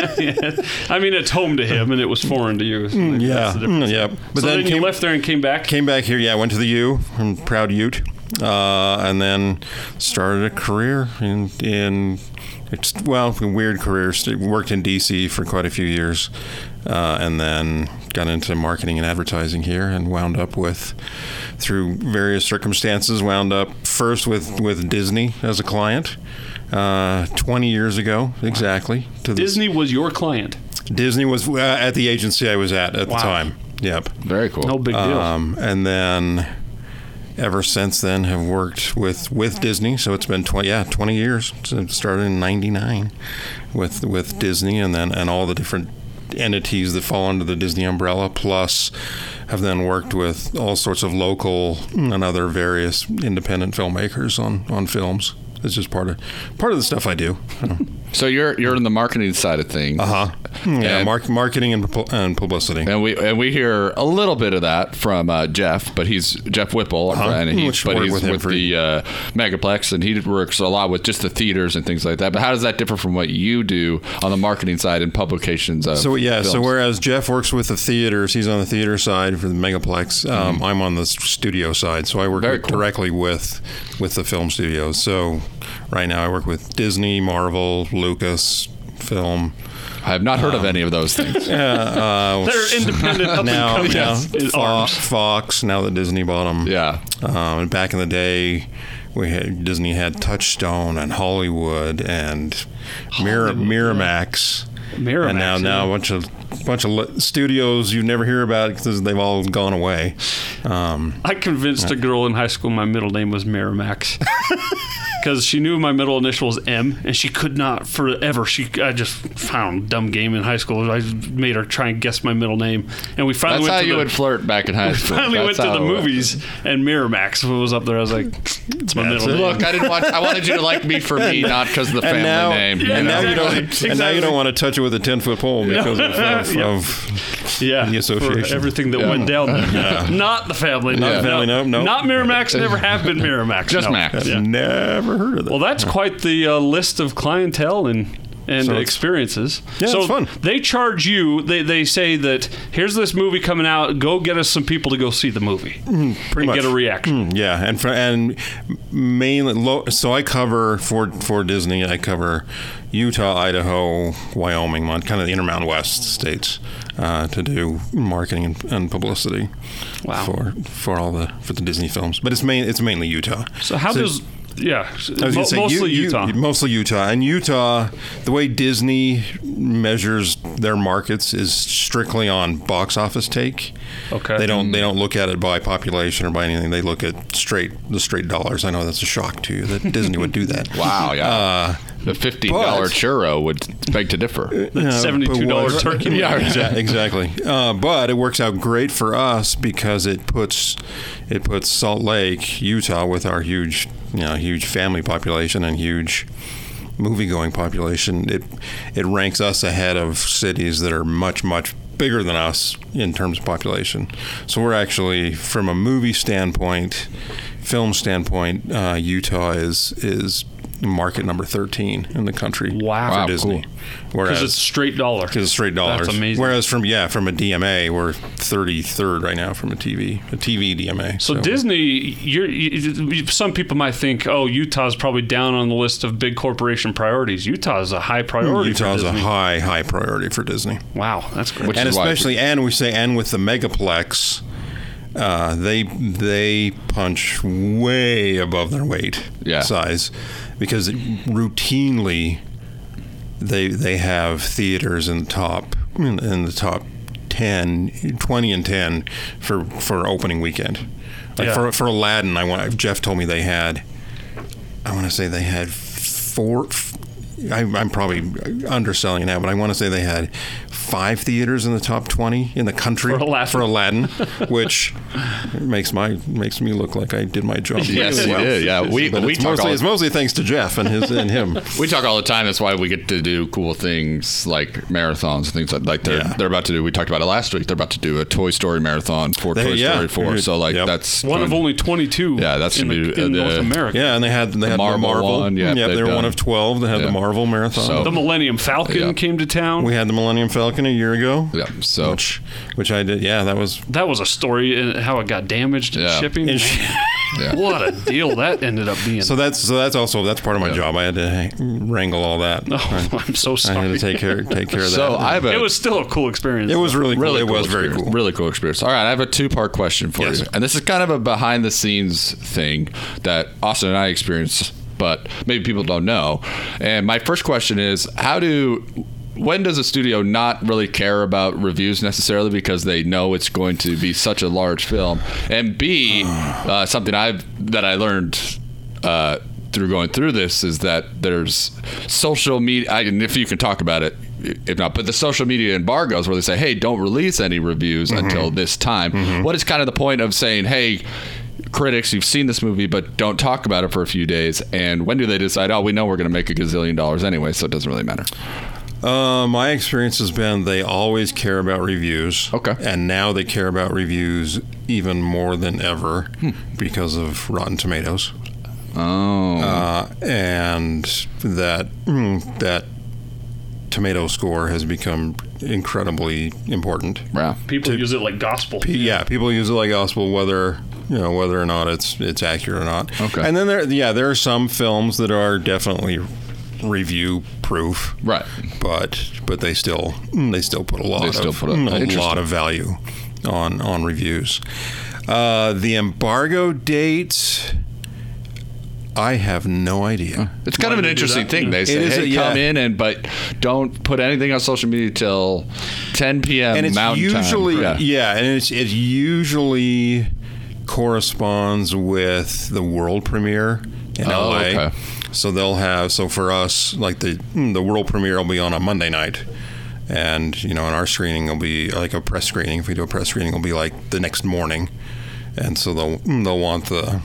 Speaker 2: I mean, it's home to him, and it was foreign to you. So maybe
Speaker 5: Yeah.
Speaker 2: that's the difference.
Speaker 5: Mm, yep. But
Speaker 2: so then,
Speaker 5: then,
Speaker 2: you
Speaker 5: came,
Speaker 2: left there and came back.
Speaker 5: came back here. Yeah, went to the U. I'm a proud Ute, uh, and then started a career in in it's well a weird career. St- Worked in D.C. for quite a few years, uh, and then got into marketing and advertising here, and wound up with through various circumstances wound up first with with Disney as a client. Uh, 20 years ago, exactly. To the-
Speaker 2: Disney was your client.
Speaker 5: Disney was uh, at the agency I was at at
Speaker 2: Wow.
Speaker 5: the time. Yep.
Speaker 3: Very cool.
Speaker 2: No big deal.
Speaker 5: Um, and then ever since then have worked with, with Disney. So it's been 20, yeah, 20 years. So it started in 99 with, with Disney and then, and all the different entities that fall under the Disney umbrella, plus have then worked with all sorts of local and other various independent filmmakers on, on films. It's just part of part of the stuff I do.
Speaker 3: So you're you're in the marketing side of things.
Speaker 5: Uh huh. Yeah,
Speaker 3: And-
Speaker 5: mark, marketing and, pub- and publicity.
Speaker 3: And we and we hear a little bit of that from uh, Jeff, but he's Jeff Whipple, and he,
Speaker 5: Which
Speaker 3: but
Speaker 5: worked
Speaker 3: he's
Speaker 5: Uh-huh.
Speaker 3: with,
Speaker 5: with him for-
Speaker 3: the uh, Megaplex, and he works a lot with just the theaters and things like that. But how does that differ from what you do on the marketing side and publications? Of
Speaker 5: So yeah, so
Speaker 3: films?
Speaker 5: whereas Jeff works with the theaters, he's on the theater side for the Megaplex. Um, I'm on the s- studio side, so I work
Speaker 3: Mm-hmm. Very
Speaker 5: with-
Speaker 3: cool.
Speaker 5: directly with with the film studios. So right now I work with Disney, Marvel, Lucas, film.
Speaker 3: I have not heard of any of those things.
Speaker 2: They're independent up
Speaker 5: Now, Um,
Speaker 2: and coming
Speaker 5: now
Speaker 2: in
Speaker 5: Fo-
Speaker 2: arms.
Speaker 5: Fox. Now that Disney bought them.
Speaker 3: yeah,
Speaker 5: Um, and back in the day, we had Disney had Touchstone and Hollywood and Mir- Miramax.
Speaker 2: Miramax,
Speaker 5: And now, now a
Speaker 2: yeah.
Speaker 5: bunch of bunch of li- studios you never hear about because they've all gone away. Um,
Speaker 2: I convinced a girl in high school my middle name was Miramax. Because she knew my middle initial was M, and she could not forever. She, I just found dumb game in high school. I made her try and guess my middle name, and we finally
Speaker 3: that's
Speaker 2: went
Speaker 3: how
Speaker 2: to
Speaker 3: you
Speaker 2: the,
Speaker 3: would flirt back in high school.
Speaker 2: finally
Speaker 3: That's
Speaker 2: went to
Speaker 3: how
Speaker 2: the
Speaker 3: it was.
Speaker 2: movies, and Miramax was up there. I was like, "It's my middle name."
Speaker 3: Look, I didn't want. I wanted you to like me for me, not because of the family
Speaker 5: now,
Speaker 3: name. you
Speaker 2: Yeah,
Speaker 5: and,
Speaker 3: know?
Speaker 5: now you don't,
Speaker 2: Exactly.
Speaker 5: and now you don't want to touch it with a ten foot pole because of, of,
Speaker 2: Yeah.
Speaker 5: of
Speaker 2: yeah,
Speaker 5: the association.
Speaker 2: for everything that
Speaker 3: Yeah.
Speaker 2: went down there. Not the family.
Speaker 5: Not
Speaker 2: no,
Speaker 5: the family, no, no.
Speaker 2: Not Miramax. Never have been Miramax.
Speaker 3: Just
Speaker 2: no.
Speaker 3: Max.
Speaker 2: Yeah.
Speaker 5: never heard of that.
Speaker 2: Well, that's quite the uh, list of clientele and and
Speaker 5: So it's-
Speaker 2: experiences.
Speaker 5: Yeah,
Speaker 2: so
Speaker 5: it's fun.
Speaker 2: They charge you. They they say that here's this movie coming out. Go get us some people to go see the movie and
Speaker 5: Mm-hmm. pretty much.
Speaker 2: get a reaction.
Speaker 5: Mm, yeah, and for, and mainly low, so I cover for for Disney. I cover Utah, Idaho, Wyoming, Mon- kind of the Intermountain West states uh, to do marketing and, and publicity
Speaker 2: Wow.
Speaker 5: for for all the for the Disney films. But it's main it's mainly Utah.
Speaker 2: So how does yeah?
Speaker 5: I was
Speaker 2: mo-
Speaker 5: gonna say,
Speaker 2: mostly
Speaker 5: you- you-
Speaker 2: Utah.
Speaker 5: mostly Utah. And Utah, the way Disney measures their markets is strictly on box office take.
Speaker 2: Okay.
Speaker 5: They don't they don't look at it by population or by anything. They look at straight the straight dollars. I know that's a shock to you that Disney would do that.
Speaker 3: Wow, yeah. the fifteen dollar
Speaker 5: Uh, but-
Speaker 3: churro would beg to differ.
Speaker 5: Yeah, but
Speaker 2: $72
Speaker 5: what-
Speaker 2: turkey leg.
Speaker 5: Yeah, exa- exactly. Uh, but it works out great for us because it puts it puts Salt Lake, Utah, with our huge, you know, huge family population and huge movie going population. It it ranks us ahead of cities that are much much bigger than us in terms of population. So we're actually from a movie standpoint, film standpoint, uh, Utah is is market number 13 in the country
Speaker 2: Wow.
Speaker 5: for
Speaker 2: Wow,
Speaker 5: Disney. Whereas
Speaker 2: Because it's straight dollar.
Speaker 5: because it's straight dollars.
Speaker 2: That's amazing.
Speaker 5: Whereas from yeah, from a DMA, we're thirty third right now from a TV, a TV DMA.
Speaker 2: So Disney, you're, you, you- some people might think, oh, Utah's probably down on the list of big corporation priorities. Utah's a high priority. for
Speaker 5: Utah's a
Speaker 2: Disney.
Speaker 5: high high priority for Disney,
Speaker 2: wow, that's great.
Speaker 3: Which
Speaker 5: and
Speaker 3: is why-
Speaker 5: especially and we say and with the megaplex. Uh, they they punch way above their weight
Speaker 3: Yeah.
Speaker 5: size because routinely they they have theaters in the top in, in the top 10 20 and 10 for for opening weekend like
Speaker 2: Yeah.
Speaker 5: for for aladdin i want jeff told me they had i want to say they had four I, i'm probably underselling that but i want to say they had five theaters in the top 20 in the country
Speaker 2: For Aladdin.
Speaker 5: for Aladdin, which makes my makes me look like i did my job
Speaker 3: Yes,
Speaker 5: really
Speaker 3: you
Speaker 5: well.
Speaker 3: did. Yeah, we
Speaker 5: But
Speaker 3: we
Speaker 5: it's
Speaker 3: talk
Speaker 5: mostly,
Speaker 3: all
Speaker 5: it's mostly thanks to jeff and his and him
Speaker 3: we talk all the time. That's why we get to do cool things like marathons and things like like they're
Speaker 5: Yeah.
Speaker 3: they're about to do. We talked about it last week. They're about to do a Toy Story marathon for
Speaker 5: They-
Speaker 3: Toy
Speaker 5: yeah.
Speaker 3: Story Four. So like
Speaker 5: Yep.
Speaker 3: that's
Speaker 2: One of
Speaker 3: fun.
Speaker 2: only 22
Speaker 3: Yeah, that's
Speaker 2: in,
Speaker 3: gonna
Speaker 2: the-
Speaker 3: be, uh,
Speaker 2: in
Speaker 3: the-
Speaker 2: North America.
Speaker 5: Yeah, and they had they had more
Speaker 3: Marvel
Speaker 5: Marvel.
Speaker 3: one, yeah,
Speaker 5: Yep,
Speaker 3: they've
Speaker 5: they were
Speaker 3: done.
Speaker 5: one of twelve that had
Speaker 3: Yeah.
Speaker 5: the Marvel marathon.
Speaker 3: So-
Speaker 2: The Millennium Falcon
Speaker 3: Yeah.
Speaker 2: came to town.
Speaker 5: we had the Millennium Falcon a year ago.
Speaker 3: Yeah, so-
Speaker 5: which, which I did. Yeah, that was
Speaker 2: that was a story and how it got damaged in
Speaker 3: Yeah.
Speaker 2: shipping. what a deal that ended up being.
Speaker 5: so that's so that's also that's part of my job. I had to hang- wrangle all that.
Speaker 2: oh, I'm so
Speaker 5: I
Speaker 2: sorry.
Speaker 5: had to take care take care of
Speaker 3: So
Speaker 5: that.
Speaker 3: I have a
Speaker 2: it was still a cool experience.
Speaker 5: it was really cool.
Speaker 3: really
Speaker 5: it
Speaker 3: cool
Speaker 5: was very
Speaker 3: experience.
Speaker 5: cool.
Speaker 3: Really cool experience. All right, I have a two part question for
Speaker 5: Yes.
Speaker 3: you. And this is kind of a behind the scenes thing that Austin and I experienced, but maybe people don't know. And my first question is how do when does a studio not really care about reviews necessarily because they know it's going to be such a large film? And B, uh, something I've that I learned uh, through going through this is that there's social media, I, and if you can talk about it, if not, but the social media embargoes where they say, hey, don't release any reviews
Speaker 5: Mm-hmm.
Speaker 3: until this time. What is kind of the point of saying, hey, critics, you've seen this movie, but don't talk about it for a few days? And when do they decide, oh, we know we're going to make a gazillion dollars anyway, so it doesn't really matter?
Speaker 5: Uh, my experience has been they always care about reviews.
Speaker 3: Okay.
Speaker 5: And now they care about reviews even more than ever
Speaker 3: Hmm.
Speaker 5: because of Rotten Tomatoes.
Speaker 3: Oh.
Speaker 5: Uh, and that mm, that tomato score has become incredibly important.
Speaker 3: wow.
Speaker 2: People use it like gospel.
Speaker 5: P- yeah, people use it like gospel, whether you know whether or not it's it's accurate or not.
Speaker 3: Okay.
Speaker 5: And then there, yeah, there are some films that are definitely review proof,
Speaker 3: Right.
Speaker 5: But but they still mm, they still put a lot
Speaker 3: They still
Speaker 5: of
Speaker 3: put a-
Speaker 5: mm, a
Speaker 3: interesting.
Speaker 5: lot of value on on reviews. Uh, the embargo date, I have no idea.
Speaker 3: It's kind
Speaker 2: Why
Speaker 3: of
Speaker 2: do they
Speaker 3: an
Speaker 2: do
Speaker 3: interesting
Speaker 2: that?
Speaker 3: thing. They say,
Speaker 5: is
Speaker 3: "Hey,
Speaker 5: a- yeah.
Speaker 3: come in and but don't put anything on social media till 10 p.m.
Speaker 5: and it's
Speaker 3: Mountain
Speaker 5: usually
Speaker 3: time." Yeah.
Speaker 5: yeah. and it's it usually corresponds with the world premiere in
Speaker 3: Oh,
Speaker 5: LA.
Speaker 3: okay.
Speaker 5: So they'll have so for us like the mm, the world premiere will be on a Monday night. And you know, and our screening will be like a press screening. If we do a press screening, will be like the next morning, and so they'll mm, they'll want the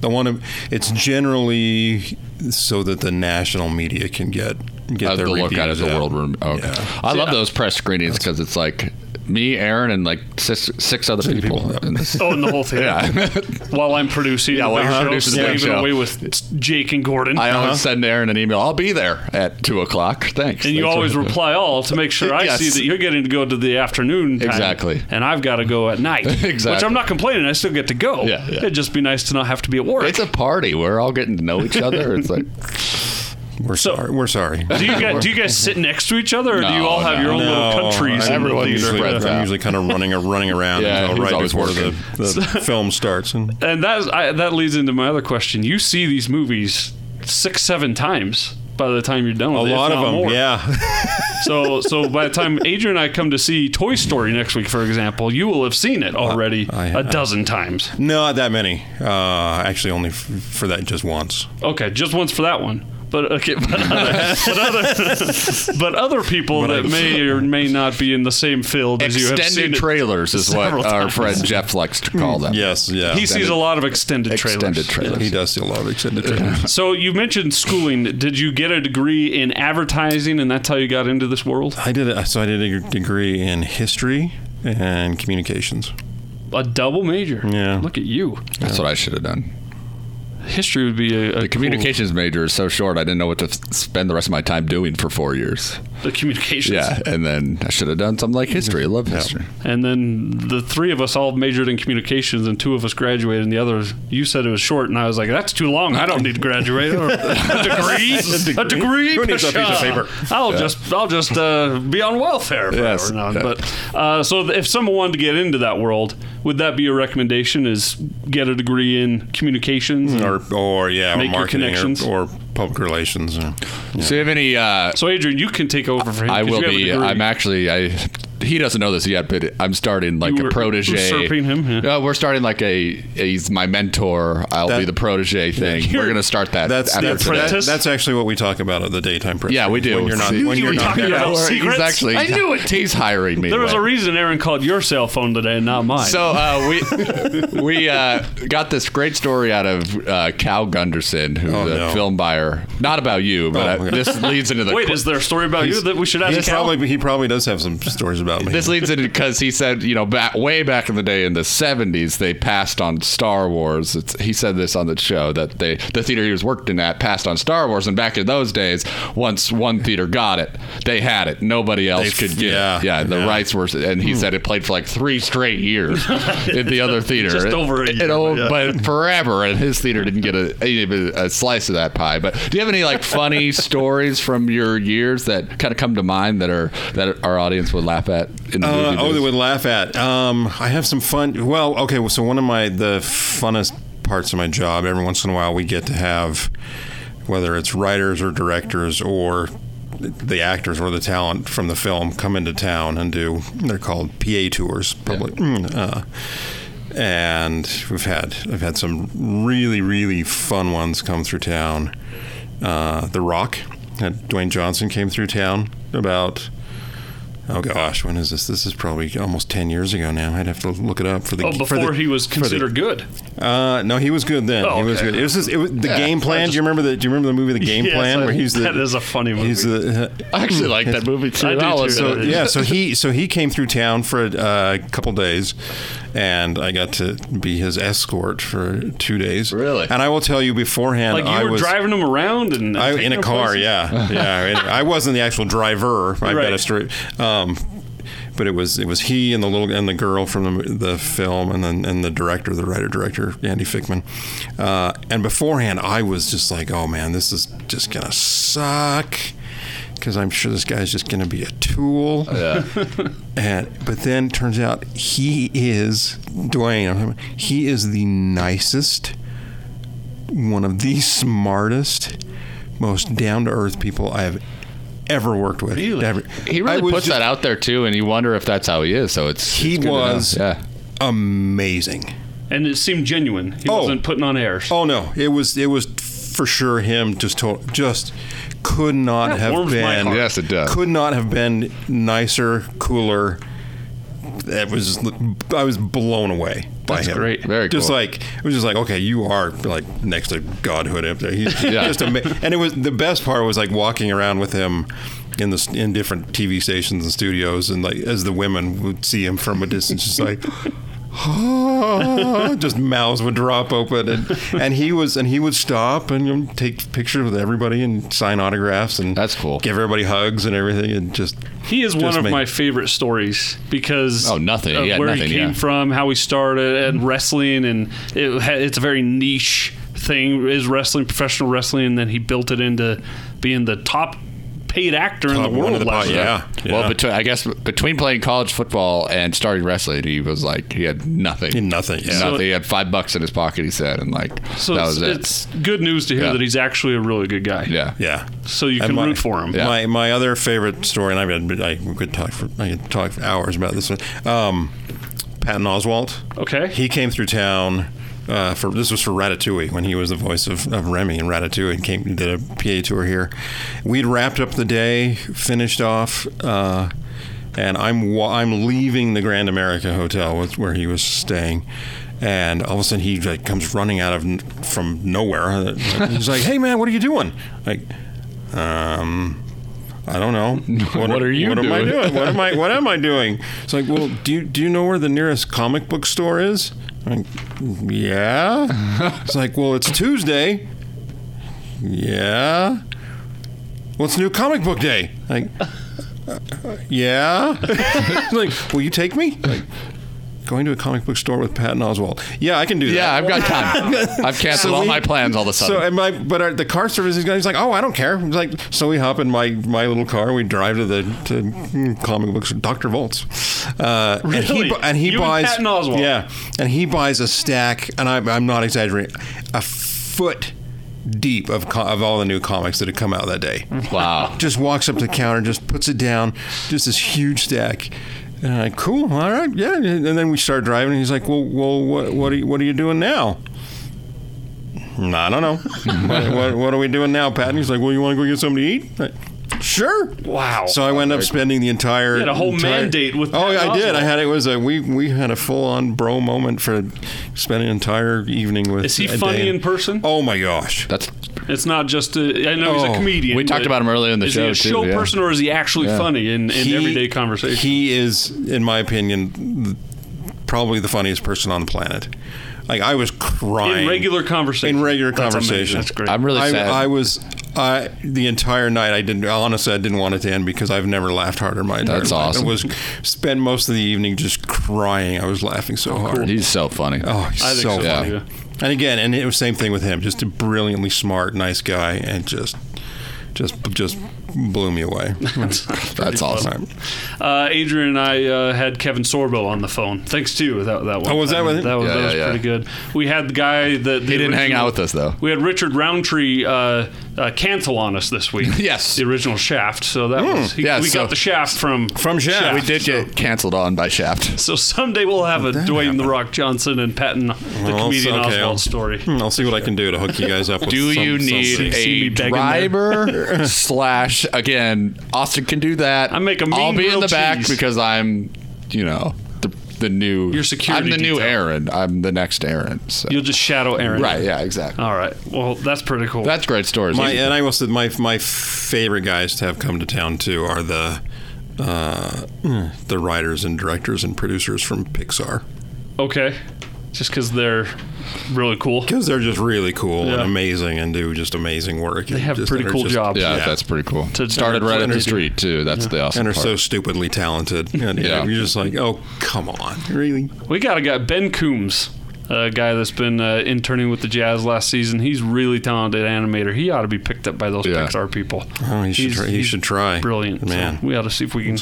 Speaker 5: they'll want to. It's generally so that the national media can get get
Speaker 3: Have
Speaker 5: their
Speaker 3: to look at it,
Speaker 5: reviews
Speaker 3: the
Speaker 5: out.
Speaker 3: world room. Oh, Okay.
Speaker 5: Yeah.
Speaker 3: I love those press screenings because it's like me, Aaron, and like six, six other people. in this-
Speaker 2: Oh, and the whole thing.
Speaker 3: yeah.
Speaker 2: While I'm producing, yeah,
Speaker 3: while
Speaker 2: the
Speaker 3: you're
Speaker 2: show,
Speaker 3: producing the
Speaker 2: slaving
Speaker 3: show.
Speaker 2: away with Jake and Gordon.
Speaker 3: I
Speaker 5: Uh-huh.
Speaker 3: always send Aaron an email. I'll be there at two o'clock. Thanks.
Speaker 2: and you
Speaker 3: Thanks
Speaker 2: always
Speaker 3: for-
Speaker 2: reply all to make sure I
Speaker 3: Yes.
Speaker 2: see that you're getting to go to the afternoon time,
Speaker 3: Exactly.
Speaker 2: and I've got to go at night. Which
Speaker 3: Exactly.
Speaker 2: I'm not complaining. I still get to go.
Speaker 3: Yeah, yeah.
Speaker 2: It'd just be nice to not have to be at work.
Speaker 3: It's a party. We're all getting to know each other. It's like
Speaker 5: We're sorry. We're sorry.
Speaker 2: do you guys do you guys sit next to each other, or do you
Speaker 3: No,
Speaker 2: all have
Speaker 3: no.
Speaker 2: your own little countries?
Speaker 5: I'm
Speaker 2: and
Speaker 3: everyone
Speaker 5: usually-
Speaker 2: these-
Speaker 3: usually
Speaker 5: I'm
Speaker 3: spreads out.
Speaker 5: usually kind of running or running around
Speaker 3: Yeah,
Speaker 5: until
Speaker 3: he's
Speaker 5: right
Speaker 3: always
Speaker 5: before
Speaker 3: working.
Speaker 5: the, the film starts. And
Speaker 2: and that's I, that leads into my other question. You see these movies six, seven times by the time you're done. With
Speaker 5: a
Speaker 2: it, if
Speaker 5: lot of
Speaker 2: not
Speaker 5: them,
Speaker 2: more.
Speaker 5: yeah.
Speaker 2: So, so by the time Adrian and I come to see Toy Story next week, for example, you will have seen it already
Speaker 5: I-
Speaker 2: a dozen times.
Speaker 5: no, not that many. Uh, actually, only f- for that just once.
Speaker 2: Okay, just once for that one. But okay, but other, but other, but other people that may or may not be in the same field as you have seen
Speaker 3: extended
Speaker 2: it-
Speaker 3: trailers is what
Speaker 2: several
Speaker 3: our
Speaker 2: times.
Speaker 3: friend Jeff likes to call them.
Speaker 5: Yes, yeah.
Speaker 2: He sees a lot of extended trailers.
Speaker 3: Extended trailers.
Speaker 5: he does see a lot of extended trailers.
Speaker 2: So you mentioned schooling. Did you get a degree in advertising, and that's how you got into this world?
Speaker 5: I did. A, so I did a degree in history and communications.
Speaker 2: A double major.
Speaker 5: Yeah.
Speaker 2: Look at you.
Speaker 3: That's what I should have done.
Speaker 2: History would be a, a
Speaker 3: The communications major is so short, I didn't know what to f- spend the rest of my time doing for four years.
Speaker 2: Cool, the communications.
Speaker 3: Yeah, and then I should have done something like history. I love history.
Speaker 2: And then the three of us all majored in communications, and two of us graduated, and the other, you said it was short, and I was like, that's too long. I don't need to graduate. Or, a degree? a degree?
Speaker 5: Who needs a piece of
Speaker 2: Pshaw.
Speaker 5: paper?
Speaker 2: I'll just, I'll just uh, be on welfare. forever
Speaker 3: Yes.
Speaker 2: now.
Speaker 3: Yeah.
Speaker 2: But uh, so if someone wanted to get into that world, would that be your recommendation? Is get a degree in communications?
Speaker 5: Mm. Or, or yeah,
Speaker 2: Make
Speaker 5: or
Speaker 2: your
Speaker 5: marketing
Speaker 2: connections.
Speaker 5: or, or public relations. or-
Speaker 3: So, you have any? Uh,
Speaker 2: So Adrian, you can take over for him.
Speaker 3: I
Speaker 2: 'cause
Speaker 3: will
Speaker 2: you have a
Speaker 3: be.
Speaker 2: degree.
Speaker 3: I'm actually. I. He doesn't know this yet, but I'm starting like
Speaker 2: You were
Speaker 3: a protege.
Speaker 2: usurping him, yeah.
Speaker 3: No, we're starting like a. He's my mentor. I'll
Speaker 5: That-
Speaker 3: be the protege thing.
Speaker 2: You're-
Speaker 3: We're gonna start that.
Speaker 5: That's
Speaker 3: after
Speaker 5: that's,
Speaker 3: today.
Speaker 5: that,
Speaker 2: apprentice?
Speaker 5: that's actually what we talk about at the daytime press.
Speaker 3: Yeah, we do.
Speaker 5: When you're not,
Speaker 3: See?
Speaker 5: when
Speaker 2: you
Speaker 5: you're
Speaker 2: were
Speaker 5: not
Speaker 2: talking
Speaker 5: there.
Speaker 2: about
Speaker 3: we're-
Speaker 2: secrets?
Speaker 3: Exactly.
Speaker 2: I knew it.
Speaker 3: He's hiring me.
Speaker 2: There was
Speaker 3: right?
Speaker 2: a reason Aaron called your cell phone today, not mine.
Speaker 3: So uh, we we uh, got this great story out of uh, Cal Gunderson, who's
Speaker 5: Oh,
Speaker 3: a
Speaker 5: no.
Speaker 3: film buyer. Not about you, but
Speaker 5: Oh,
Speaker 3: uh,
Speaker 5: okay.
Speaker 3: this leads into the
Speaker 2: Wait, is there a story about you that we should ask
Speaker 5: He's
Speaker 2: Cal?
Speaker 5: probably, he probably does have some stories about me.
Speaker 3: this leads into because he said you know back way back in the day in the 70s they passed on Star Wars. It's, he said this on the show that they the theater he was working at passed on Star Wars, and back in those days, once one theater got it, they had it. Nobody else
Speaker 5: They-
Speaker 3: could get
Speaker 5: yeah,
Speaker 3: it. Yeah, the
Speaker 5: yeah.
Speaker 3: rights were, and he said it played for like three straight years in the other theater.
Speaker 2: Just over a
Speaker 3: It-
Speaker 2: year,
Speaker 3: it all-
Speaker 2: yeah.
Speaker 3: but forever, and his theater didn't get a, even a slice of that pie. But do you have any like funny stories from your years that kind of come to mind that are that our audience would laugh at in the
Speaker 5: Uh,
Speaker 3: movie?
Speaker 5: oh,
Speaker 3: biz?
Speaker 5: they would laugh at. Um, I have some fun. Well, okay. well, So one of my the funnest parts of my job. Every once in a while, we get to have whether it's writers or directors or the actors or the talent from the film come into town and do. They're called PA tours. Public. Uh, and we've had I've had some really really fun ones come through town. Uh, the Rock had Dwayne Johnson came through town about. Oh gosh, when is this? This is probably almost ten years ago now. I'd have to look it up for the
Speaker 2: Oh,
Speaker 5: for
Speaker 2: before
Speaker 5: the,
Speaker 2: he was
Speaker 5: for the-
Speaker 2: considered good.
Speaker 5: uh, no, he was good then.
Speaker 2: Oh,
Speaker 5: He was
Speaker 2: okay.
Speaker 5: good. It was, just, it was the
Speaker 3: Yeah,
Speaker 5: game plan.
Speaker 3: I
Speaker 5: do you remember the? Do you remember the movie The Game
Speaker 2: Yes,
Speaker 5: Plan
Speaker 2: I-
Speaker 5: where he's the?
Speaker 2: that is a funny movie.
Speaker 5: He's the. uh,
Speaker 3: I actually like that movie too.
Speaker 2: I do
Speaker 3: That
Speaker 2: too.
Speaker 3: was-
Speaker 5: so
Speaker 2: Yeah.
Speaker 5: yeah, so he so he came through town for a uh, couple days, and I got to be his escort for two days.
Speaker 3: Really?
Speaker 5: And I will tell you beforehand,
Speaker 2: Like you
Speaker 5: I
Speaker 2: were
Speaker 5: was.
Speaker 2: driving him around and
Speaker 5: I,
Speaker 2: taking
Speaker 5: in a
Speaker 2: him
Speaker 5: car,
Speaker 2: places.
Speaker 5: yeah, yeah. and I wasn't the actual driver. I
Speaker 2: Right.
Speaker 5: got a story, um, but it was it was he and the little and the girl from the, the film, and then and the director, the writer director Andy Fickman. Uh, and beforehand, I was just like, oh man, this is just gonna suck. Because I'm sure this guy's just going to be a tool, and but then turns out he is Dwayne. I'm- He is the nicest, one of the smartest, most down to earth people I have ever worked with. Ever.
Speaker 3: He
Speaker 5: I
Speaker 3: really
Speaker 5: was
Speaker 3: puts
Speaker 5: just
Speaker 3: that out there too, and you wonder if that's how he is. So it's
Speaker 5: He
Speaker 3: it's good to know.
Speaker 5: was-
Speaker 3: yeah.
Speaker 5: Amazing.
Speaker 2: and it seemed genuine. He
Speaker 5: Oh.
Speaker 2: wasn't putting on airs.
Speaker 5: Oh no, it was it was for sure him. Just told, just could not
Speaker 2: That
Speaker 5: have
Speaker 2: warms my
Speaker 5: been.
Speaker 2: heart.
Speaker 3: Yes, it does.
Speaker 5: Could not have been nicer, cooler. That was I was blown away by
Speaker 2: That's
Speaker 5: him.
Speaker 2: great.
Speaker 3: Very
Speaker 5: just
Speaker 3: cool.
Speaker 5: like it was just like okay, you are like next to godhood up there. He's
Speaker 3: Yeah.
Speaker 5: just ama- and it was the best part was like walking around with him in the in different TV stations and studios, and like as the women would see him from a distance, just like. just mouths would drop open and, and he was and he would stop and you know, take pictures with everybody and sign autographs and
Speaker 3: That's cool.
Speaker 5: give everybody hugs and everything and just
Speaker 2: He is one
Speaker 5: Just
Speaker 2: of
Speaker 5: me.
Speaker 2: my favorite stories because
Speaker 3: Oh, nothing.
Speaker 2: of
Speaker 3: Yeah,
Speaker 2: where
Speaker 3: nothing,
Speaker 2: he came
Speaker 3: yeah.
Speaker 2: from, how he started,
Speaker 5: Mm-hmm.
Speaker 2: and wrestling, and it, ha- it's a very niche thing is wrestling, professional wrestling, and then he built it into being the top paid actor in the
Speaker 5: Top one
Speaker 2: world
Speaker 5: of the
Speaker 2: last
Speaker 5: pop-
Speaker 2: year.
Speaker 5: yeah.
Speaker 3: Well,
Speaker 5: Yeah.
Speaker 3: between I guess between playing college football and starting wrestling, he was like he had nothing.
Speaker 5: nothing. Yeah.
Speaker 3: Nothing. he had five bucks in his pocket. He said, and like
Speaker 2: So
Speaker 3: that
Speaker 2: it's,
Speaker 3: was it.
Speaker 2: it's good news to hear
Speaker 3: Yeah.
Speaker 2: that he's actually a really good guy.
Speaker 3: yeah.
Speaker 5: yeah.
Speaker 2: So you
Speaker 5: And
Speaker 2: can
Speaker 5: my-
Speaker 2: root for him.
Speaker 3: Yeah.
Speaker 5: My my other favorite story, and I've been, I could talk for I could talk for hours about this one. Um, Patton Oswalt.
Speaker 2: Okay.
Speaker 5: He came through town. Uh, for this was for Ratatouille when he was the voice of, of Remy in Ratatouille and came did a PA tour here. We'd wrapped up the day, finished off, uh, and I'm wa- I'm leaving the Grand America Hotel with, where he was staying, and all of a sudden he like comes running out of n- from nowhere. He's like, "Hey man, what are you doing?" Like, um, I don't know. What,
Speaker 3: What are you
Speaker 5: What am I
Speaker 3: doing?
Speaker 5: doing? What am I? What am I doing? It's like, well, do you do you know where the nearest comic book store is? I'm like, yeah. It's like, well, it's Tuesday. Yeah. Well, it's New Comic Book Day. Like, uh, yeah. It's like, will you take me? Like, going to a comic book store with Patton Oswald. Yeah, I can do that.
Speaker 3: Yeah, I've got time. I've canceled
Speaker 5: So
Speaker 3: all
Speaker 5: we-
Speaker 3: my plans all of a
Speaker 5: So,
Speaker 3: sudden.
Speaker 5: and my, but our, the car service guy, he's like, oh, I don't care. He's like, so we hop in my, my little car, we drive to the to comic books, Dr. Volts. Uh, And
Speaker 2: Really?
Speaker 5: he, bu- and he
Speaker 2: You and
Speaker 5: buys,
Speaker 2: Patton Oswalt?
Speaker 5: yeah, and he buys a stack, and I, I'm not exaggerating, a foot deep of, co- of all the new comics that had come out that day
Speaker 3: wow.
Speaker 5: just walks up to the counter, just puts it down, just this huge stack. And I'm like, cool, all right, yeah. And then we start driving, and he's like, well, well what, what, are you, what are you doing now? "Mm, I don't know. what, what, what are we doing now, Patton? He's like, well, you want to go get something to eat? Like, sure.
Speaker 2: Wow.
Speaker 5: So I went up spending the entire. You
Speaker 2: had a whole mandate with
Speaker 5: Oh,
Speaker 2: Patton
Speaker 5: I did.
Speaker 2: Oswalt.
Speaker 5: I had it was a we we had a full on bro moment for spending an entire evening with.
Speaker 2: Is he
Speaker 5: a
Speaker 2: funny
Speaker 5: day.
Speaker 2: in person?
Speaker 5: Oh my gosh.
Speaker 3: That's
Speaker 2: It's not just a, I know he's a
Speaker 5: Oh,
Speaker 2: comedian.
Speaker 3: we talked
Speaker 2: but
Speaker 3: about him earlier in the
Speaker 2: is
Speaker 3: show,
Speaker 2: he a
Speaker 3: too,
Speaker 2: show
Speaker 3: yeah.
Speaker 2: person or is he actually
Speaker 3: Yeah.
Speaker 2: funny in, in
Speaker 5: He-
Speaker 2: everyday conversation?
Speaker 5: He is, in my opinion, th- probably the funniest person on the planet. Like I was crying
Speaker 2: in regular conversation.
Speaker 5: In regular
Speaker 2: That's amazing.
Speaker 5: conversation,
Speaker 2: That's great.
Speaker 3: I'm really sad.
Speaker 5: I, I was. I, the entire night, I didn't. Honestly, I didn't want it to end because I've never laughed harder in my entire
Speaker 3: That's
Speaker 5: life.
Speaker 3: awesome.
Speaker 5: I was spend most of the evening just crying. I was laughing so hard.
Speaker 3: he's so funny.
Speaker 5: Oh, he's
Speaker 2: I think so,
Speaker 5: so, funny.
Speaker 2: yeah.
Speaker 5: And again, and it was same thing with him. Just a brilliantly smart, nice guy, and just, just, just blew me away.
Speaker 3: That's awesome.
Speaker 2: Uh, Adrian and I uh, had Kevin Sorbo on the phone. Thanks to you, that that one.
Speaker 5: Oh, was that
Speaker 2: time.
Speaker 5: with him?
Speaker 2: That was,
Speaker 3: Yeah,
Speaker 2: that
Speaker 3: yeah,
Speaker 2: was
Speaker 3: yeah.
Speaker 2: pretty good. We had the guy that
Speaker 3: He didn't hang out with us, though.
Speaker 2: We had Richard Roundtree uh, uh, cancel on us this week.
Speaker 3: Yes. Hmm.
Speaker 2: the original Shaft. So that was he,
Speaker 3: yeah,
Speaker 2: we
Speaker 3: so-
Speaker 2: got the Shaft from
Speaker 5: From Shaft,
Speaker 3: We did get canceled on by Shaft.
Speaker 2: So someday we'll have a Dwayne the Rock Johnson and Patton the
Speaker 5: Well,
Speaker 2: comedian
Speaker 5: so- okay,
Speaker 2: Oswald
Speaker 5: I'll-
Speaker 2: story.
Speaker 5: Hmm, I'll see what I can do to hook you guys up. With
Speaker 3: Do
Speaker 5: some-
Speaker 3: you
Speaker 5: something.
Speaker 3: need
Speaker 2: see me
Speaker 3: a
Speaker 2: begging there?
Speaker 3: driver
Speaker 5: here.
Speaker 3: slash again. Austin can do that.
Speaker 2: I make a mean
Speaker 3: I'll be in the
Speaker 2: grilled
Speaker 3: back
Speaker 2: cheese.
Speaker 3: because I'm, you know, the the new.
Speaker 2: Your security
Speaker 3: I'm the new
Speaker 2: detail.
Speaker 3: Aaron. I'm the next Aaron. So.
Speaker 2: You'll just shadow Aaron.
Speaker 3: Right. Yeah. Exactly.
Speaker 2: All right. Well, that's pretty cool.
Speaker 3: That's great stories.
Speaker 5: My, and I will say my my favorite guys to have come to town too are the uh, the writers and directors and producers from Pixar
Speaker 2: okay. Just because they're really cool.
Speaker 5: because they're just really cool and
Speaker 2: Yeah.
Speaker 5: amazing and do just amazing work. They
Speaker 2: have pretty cool jobs.
Speaker 3: yeah,
Speaker 5: yeah.
Speaker 3: that's pretty cool.
Speaker 2: To-
Speaker 3: Started right at the
Speaker 5: Energy.
Speaker 3: street too. That's the awesome
Speaker 5: and are
Speaker 3: part.
Speaker 5: so stupidly talented. And, you know,
Speaker 3: Yeah.
Speaker 5: You're just like, oh, come on, really?
Speaker 2: We got a guy, Ben Coombs, a guy that's been uh, interning with the Jazz last season. He's really talented animator. He ought to be picked up by those
Speaker 3: Yeah.
Speaker 2: Pixar people.
Speaker 5: Oh, he should
Speaker 2: He's-
Speaker 5: try, he
Speaker 2: he's
Speaker 5: should try.
Speaker 2: Brilliant.
Speaker 5: man.
Speaker 2: So we ought to see if we can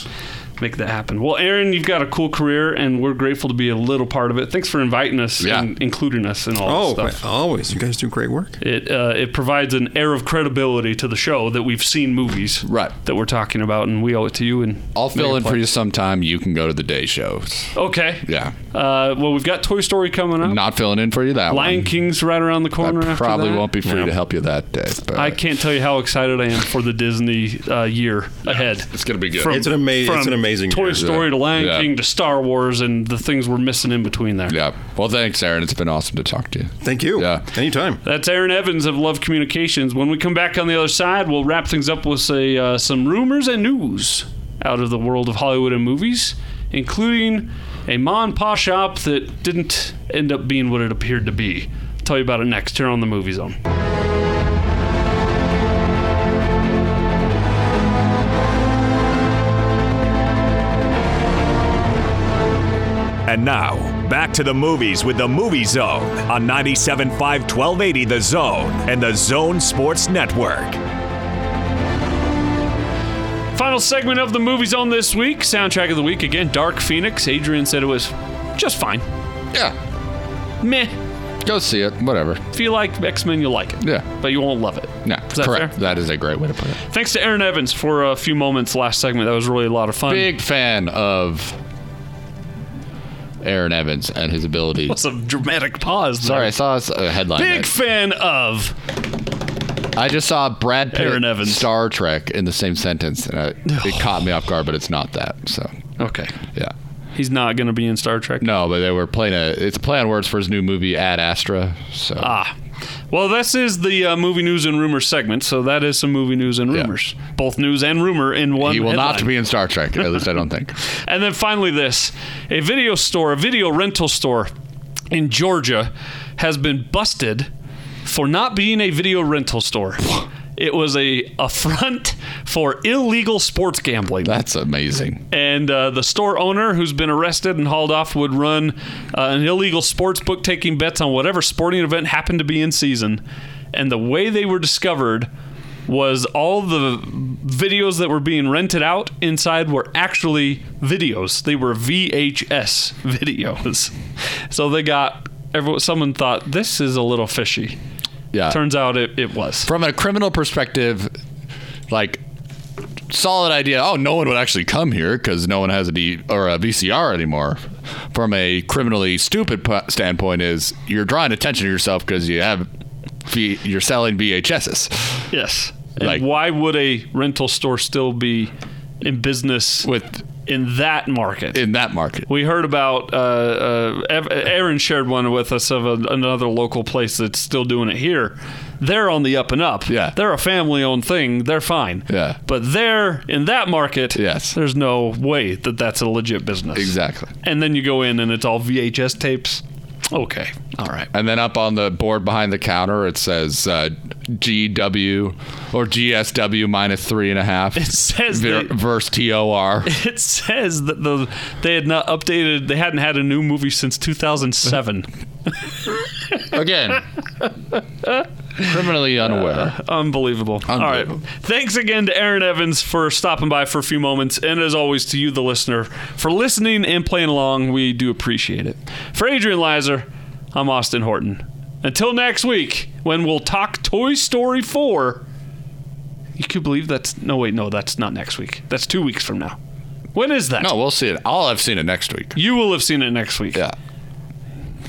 Speaker 2: make that happen. Well, Aaron, you've got a cool career, and we're grateful to be a little part of it. Thanks for inviting us
Speaker 3: Yeah.
Speaker 2: and including us in all
Speaker 5: oh,
Speaker 2: this stuff.
Speaker 5: always. You guys do great work.
Speaker 2: It, uh, it provides an air of credibility to the show that we've seen movies
Speaker 3: Right.
Speaker 2: that we're talking about, and we owe it to you. And
Speaker 3: I'll fill in
Speaker 2: Megaplex.
Speaker 3: for you sometime. You can go to the day shows.
Speaker 2: Okay.
Speaker 3: Yeah.
Speaker 2: Uh, well, we've got Toy Story coming up.
Speaker 3: Not filling in for you that
Speaker 2: Lion
Speaker 3: one.
Speaker 2: King's right around the corner.
Speaker 3: I
Speaker 2: after
Speaker 3: probably
Speaker 2: that.
Speaker 3: won't be free to help you that day. But
Speaker 2: I can't tell you how excited I am for the Disney uh, year ahead.
Speaker 3: It's gonna be good.
Speaker 5: It's an ama- it's
Speaker 2: from
Speaker 5: an amazing
Speaker 2: Toy
Speaker 5: year.
Speaker 2: Story to Lion
Speaker 3: Yeah.
Speaker 2: King to Star Wars and the things we're missing in between there.
Speaker 3: yeah. Well, thanks, Aaron. It's been awesome to talk to you.
Speaker 5: Thank you.
Speaker 3: Yeah.
Speaker 5: Anytime.
Speaker 2: That's Aaron Evans of Love Communications. When we come back on the other side, we'll wrap things up with say, uh, some rumors and news out of the world of Hollywood and movies, including a ma and pa shop that didn't end up being what it appeared to be. tell you about it next here on the Movie Zone.
Speaker 1: And now, back to the movies with the Movie Zone on 97.5 1280 The Zone and the Zone Sports Network.
Speaker 2: Final segment of the movies on this week. Soundtrack of the week again. Dark Phoenix. Adrian said it was just fine.
Speaker 3: Yeah.
Speaker 2: Meh.
Speaker 3: Go see it. Whatever.
Speaker 2: If you like X Men, you'll like it.
Speaker 3: Yeah.
Speaker 2: But you won't love it.
Speaker 3: No.
Speaker 2: Is that fair?
Speaker 3: correct.
Speaker 2: Um,
Speaker 3: That is a great way to put it.
Speaker 2: Thanks to Aaron Evans for a few moments last segment. That was really a lot of fun.
Speaker 3: Big fan of Aaron Evans and his ability.
Speaker 2: That's a dramatic pause. there.
Speaker 3: Sorry, I saw this, uh, headline.
Speaker 2: Big
Speaker 3: that-
Speaker 2: fan of.
Speaker 3: I just saw Brad Pitt
Speaker 2: Aaron Evans.
Speaker 3: Star Trek in the same sentence, and I, it caught me off guard. But it's not that. So
Speaker 2: Okay.
Speaker 3: yeah.
Speaker 2: He's not going to be in Star Trek.
Speaker 3: No, but they were playing a. It's a play on words for his new movie Ad Astra. So
Speaker 2: Ah. Well, this is the uh, movie news and rumors segment, so that is some movie news and
Speaker 3: Yeah.
Speaker 2: rumors. Both news and rumor in one.
Speaker 3: he will not
Speaker 2: headline.
Speaker 3: be in Star Trek. At least I don't think.
Speaker 2: And then finally, this a video store, a video rental store in Georgia has been busted for not being a video rental store. It was a, a front for illegal sports gambling.
Speaker 3: That's amazing.
Speaker 2: And uh, the store owner, who's been arrested and hauled off, would run uh, an illegal sports book taking bets on whatever sporting event happened to be in season. And the way they were discovered was all the videos that were being rented out inside were actually videos. They were VHS videos. So they got everyone. Someone thought this is a little fishy.
Speaker 3: Yeah.
Speaker 2: Turns out it, it was.
Speaker 3: From a criminal perspective, like solid idea. Oh, no one would actually come here because no one has a D or a VCR anymore. From a criminally stupid p- standpoint, is you're drawing attention to yourself because you have v- you're selling VHSs
Speaker 2: Yes. And
Speaker 3: Like-
Speaker 2: why would a rental store still be in business
Speaker 3: with
Speaker 2: in that market?
Speaker 3: in that market.
Speaker 2: we heard about uh, uh, Ev- Aaron shared one with us of a, another local place that's still doing it here. They're on the up and up.
Speaker 3: Yeah.
Speaker 2: they're a family-owned thing. They're fine.
Speaker 3: Yeah.
Speaker 2: but there in that market,
Speaker 3: Yes.
Speaker 2: there's no way that that's a legit business.
Speaker 3: Exactly.
Speaker 2: And then you go in and it's all VHS tapes. Okay, all right.
Speaker 3: And then up on the board behind the counter, it says uh, GW or GSW minus three and a half. It
Speaker 2: says that-
Speaker 3: verse TOR.
Speaker 2: It says that the they had not updated. They hadn't had a new movie since 2007.
Speaker 3: Again, criminally unaware.
Speaker 2: Unbelievable. All
Speaker 3: Unbelievable.
Speaker 2: right. Thanks again to Aaron Evans for stopping by for a few moments. And as always, to you, the listener, for listening and playing along. We do appreciate it. For Adrian Lizer, I'm Austin Horton. Until next week, when we'll talk Toy Story 4. You could believe that's. No, wait, no, that's not next week. That's two weeks from now. When is that?
Speaker 3: No, Oh, we'll see it. I'll have seen it next week.
Speaker 2: You will have seen it next week.
Speaker 3: Yeah.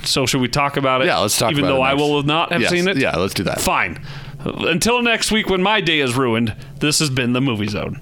Speaker 2: So, should we talk about it?
Speaker 3: Yeah, let's talk
Speaker 2: Even
Speaker 3: about
Speaker 2: though
Speaker 3: it
Speaker 2: I
Speaker 3: next-
Speaker 2: will have not have
Speaker 3: Yes.
Speaker 2: seen it?
Speaker 3: Yeah, let's do that.
Speaker 2: Fine. Until next week when my day is ruined, this has been the Movie Zone.